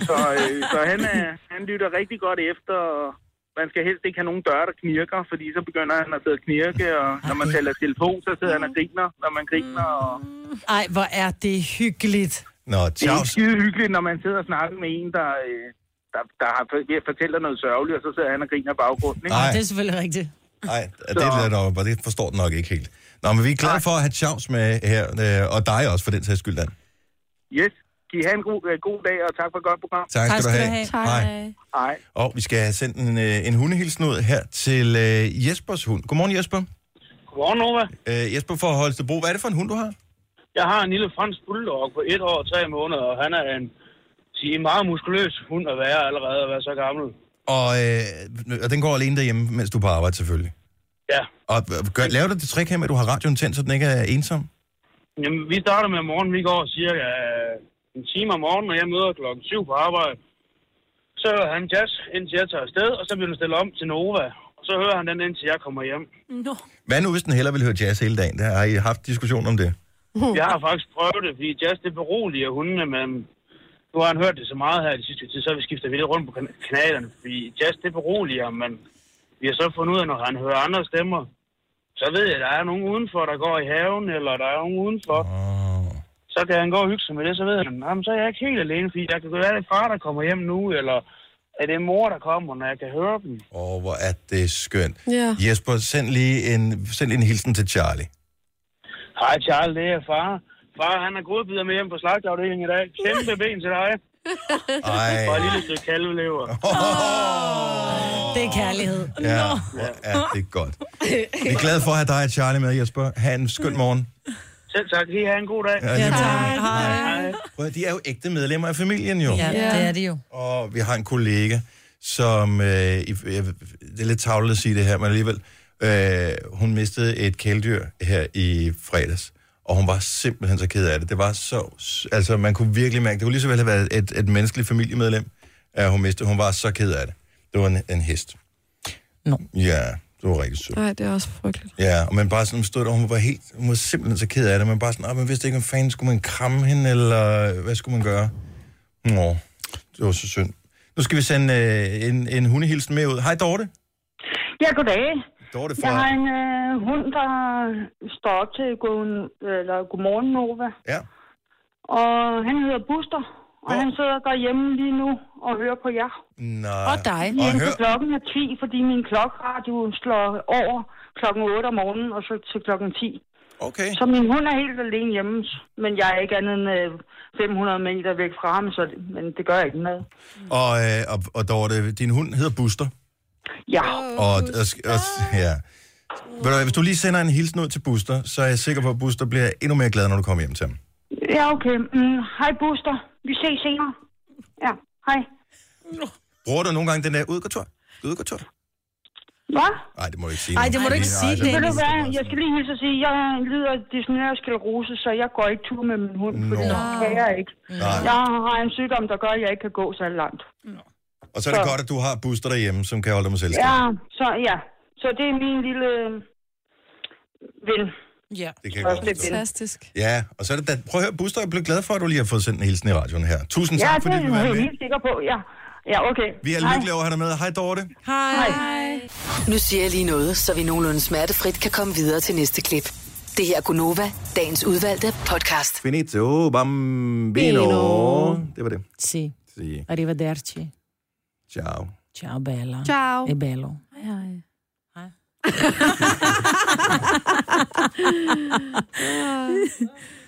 så, øh, så han, er, han lytter rigtig godt efter, og man skal helst ikke have nogen døre, der knirker, fordi så begynder han at sidde og knirke, og når man taler telefon, så sidder han og griner, når man griner. Og... Ej, hvor er det hyggeligt. Nå, Det er Charles. ikke skide hyggeligt, når man sidder og snakker med en, der, øh, der, der har fortæller noget sørgeligt, og så sidder han og griner i baggrunden. Ikke? Nej. Det er selvfølgelig rigtigt. Nej, det er lidt op, og det forstår den nok ikke helt. Nå, men vi er glade for at have Chaus med her, øh, og dig også for den sags skyld, Dan. Yes, giv han en god, øh, god dag, og tak for et godt program. Tak skal Tak du skal du have. have. Hej. Hej. Og vi skal have sendt en, øh, en hundehilsen ud her til øh, Jespers hund. Godmorgen, Jesper. Godmorgen, Nova. Øh, Jesper fra Holstebro, hvad er det for en hund, du har? Jeg har en lille fransk bulldog på et år og tre måneder, og han er en, sige, en meget muskuløs hund at være allerede at være så gammel. Og, øh, og den går alene derhjemme, mens du er på arbejde, selvfølgelig. Ja. Og øh, gør, laver du det trick her med, at du har radioen tændt, så den ikke er ensom? Jamen, vi starter med morgen, vi går cirka en time om morgenen, og jeg møder klokken 7 på arbejde. Så hører han jazz, indtil jeg tager afsted, og så bliver den stille om til Nova. Og så hører han den, indtil jeg kommer hjem. Nå. Hvad nu, hvis den hellere vil høre jazz hele dagen? Der har I haft diskussion om det. Jeg har faktisk prøvet det, fordi jazz det beroliger hundene, men nu har han hørt det så meget her i det sidste tid, så vi skifter vi lidt rundt på kan- kanalerne, fordi jazz det beroliger, men vi har så fundet ud af, når han hører andre stemmer, så ved jeg, at der er nogen udenfor, der går i haven, eller der er nogen udenfor. Så kan han gå og hygge sig med det, så ved han, jamen, så er jeg ikke helt alene, fordi jeg kan være, at det er far, der kommer hjem nu, eller er det mor, der kommer, når jeg kan høre dem. Åh, hvor er det skønt. Ja. Jesper, send lige en, send en hilsen til Charlie. Hej Charles, det er far. Far, han har godbider med hjem på slagtafdelingen i dag. Kæmpe ben til dig. Ej. Og et lille stykke kalvelever. Det er kærlighed. Ja, hvor er det godt. Vi er glade for at have dig og Charlie med, Jesper. Ha' en skøn morgen. Selv tak. I har en god dag. Ja, lige måde. tak. Prøv, at- de er jo ægte medlemmer af familien, jo. Ja, det er det jo. Og vi har en kollega, som, øh, i- jeg, det er lidt tavlet at sige det her, men alligevel, øh, hun mistede et kæledyr her i fredags, og hun var simpelthen så ked af det. Det var så, altså man kunne virkelig mærke, det kunne lige så vel have været et, et menneskeligt familiemedlem, at hun mistede. Hun var så ked af det. Det var en, en hest. Nå. Ja, det var rigtig sødt. Nej, det er også frygteligt. Ja, og man bare sådan stod der, hun var helt, hun var simpelthen så ked af det. Man bare sådan, "Åh, man vidste ikke, om fanden skulle man kramme hende, eller hvad skulle man gøre? Nå, det var så synd. Nu skal vi sende øh, en, en hundehilsen med ud. Hej Dorte. Mm. Ja, goddag. Dorte Jeg fra... har en øh, hund, der står op til god, eller godmorgen Nova. Ja. Og han hedder Buster, og han sidder derhjemme lige nu og hører på jer. Nej. Og dig. Og Indtil hør- klokken er 10, fordi min klokkeradio slår over klokken 8 om morgenen, og så til klokken 10. Okay. Så min hund er helt alene hjemme, men jeg er ikke andet end øh, 500 meter væk fra ham, så det, men det gør ikke noget. Og, øh, og, og Dorte, din hund hedder Buster. Ja. Og, og, og, ja. Ved du, hvad, hvis du lige sender en hilsen ud til Buster, så er jeg sikker på, at Buster bliver endnu mere glad, når du kommer hjem til ham. Ja, okay. Mm, hej, Buster. Vi ses senere. Ja, hej. Bruger du nogle gange den der udgåtur? Udgåtur? Hvad? Nej, det må du ikke sige. Nej, nu. det må du ikke Nej, sige, det- Ved du hvad? Jeg skal lige hilse og sige, jeg lider af disciplineret sklerose, så jeg går ikke tur med min hund, fordi det kan jeg ikke. Nej. Jeg har en sygdom, der gør, at jeg ikke kan gå så langt. Og så er det godt, at du har Buster derhjemme, som kan holde dig med selskab. Ja, så ja. Så det er min lille øh, ven. Ja. Det kan jeg godt forstå. Fantastisk. Ja, og så er det da... Prøv at høre, Buster, jeg blev glad for, at du lige har fået sendt en hilsen i radioen her. Tusind ja, tak, fordi det du er var jeg med. helt sikker på, ja. Ja, okay. Vi er lykkelige over at have dig med. Hej, Dorte. Hej. Hej. Nu siger jeg lige noget, så vi nogenlunde smertefrit kan komme videre til næste klip. Det her er Gunova, dagens udvalgte podcast. Finito bambino. Det var det. Si. Si. Arrivederci. Ciao. Ciao, bella. Ciao. E bello. Hej. Mm. Hej.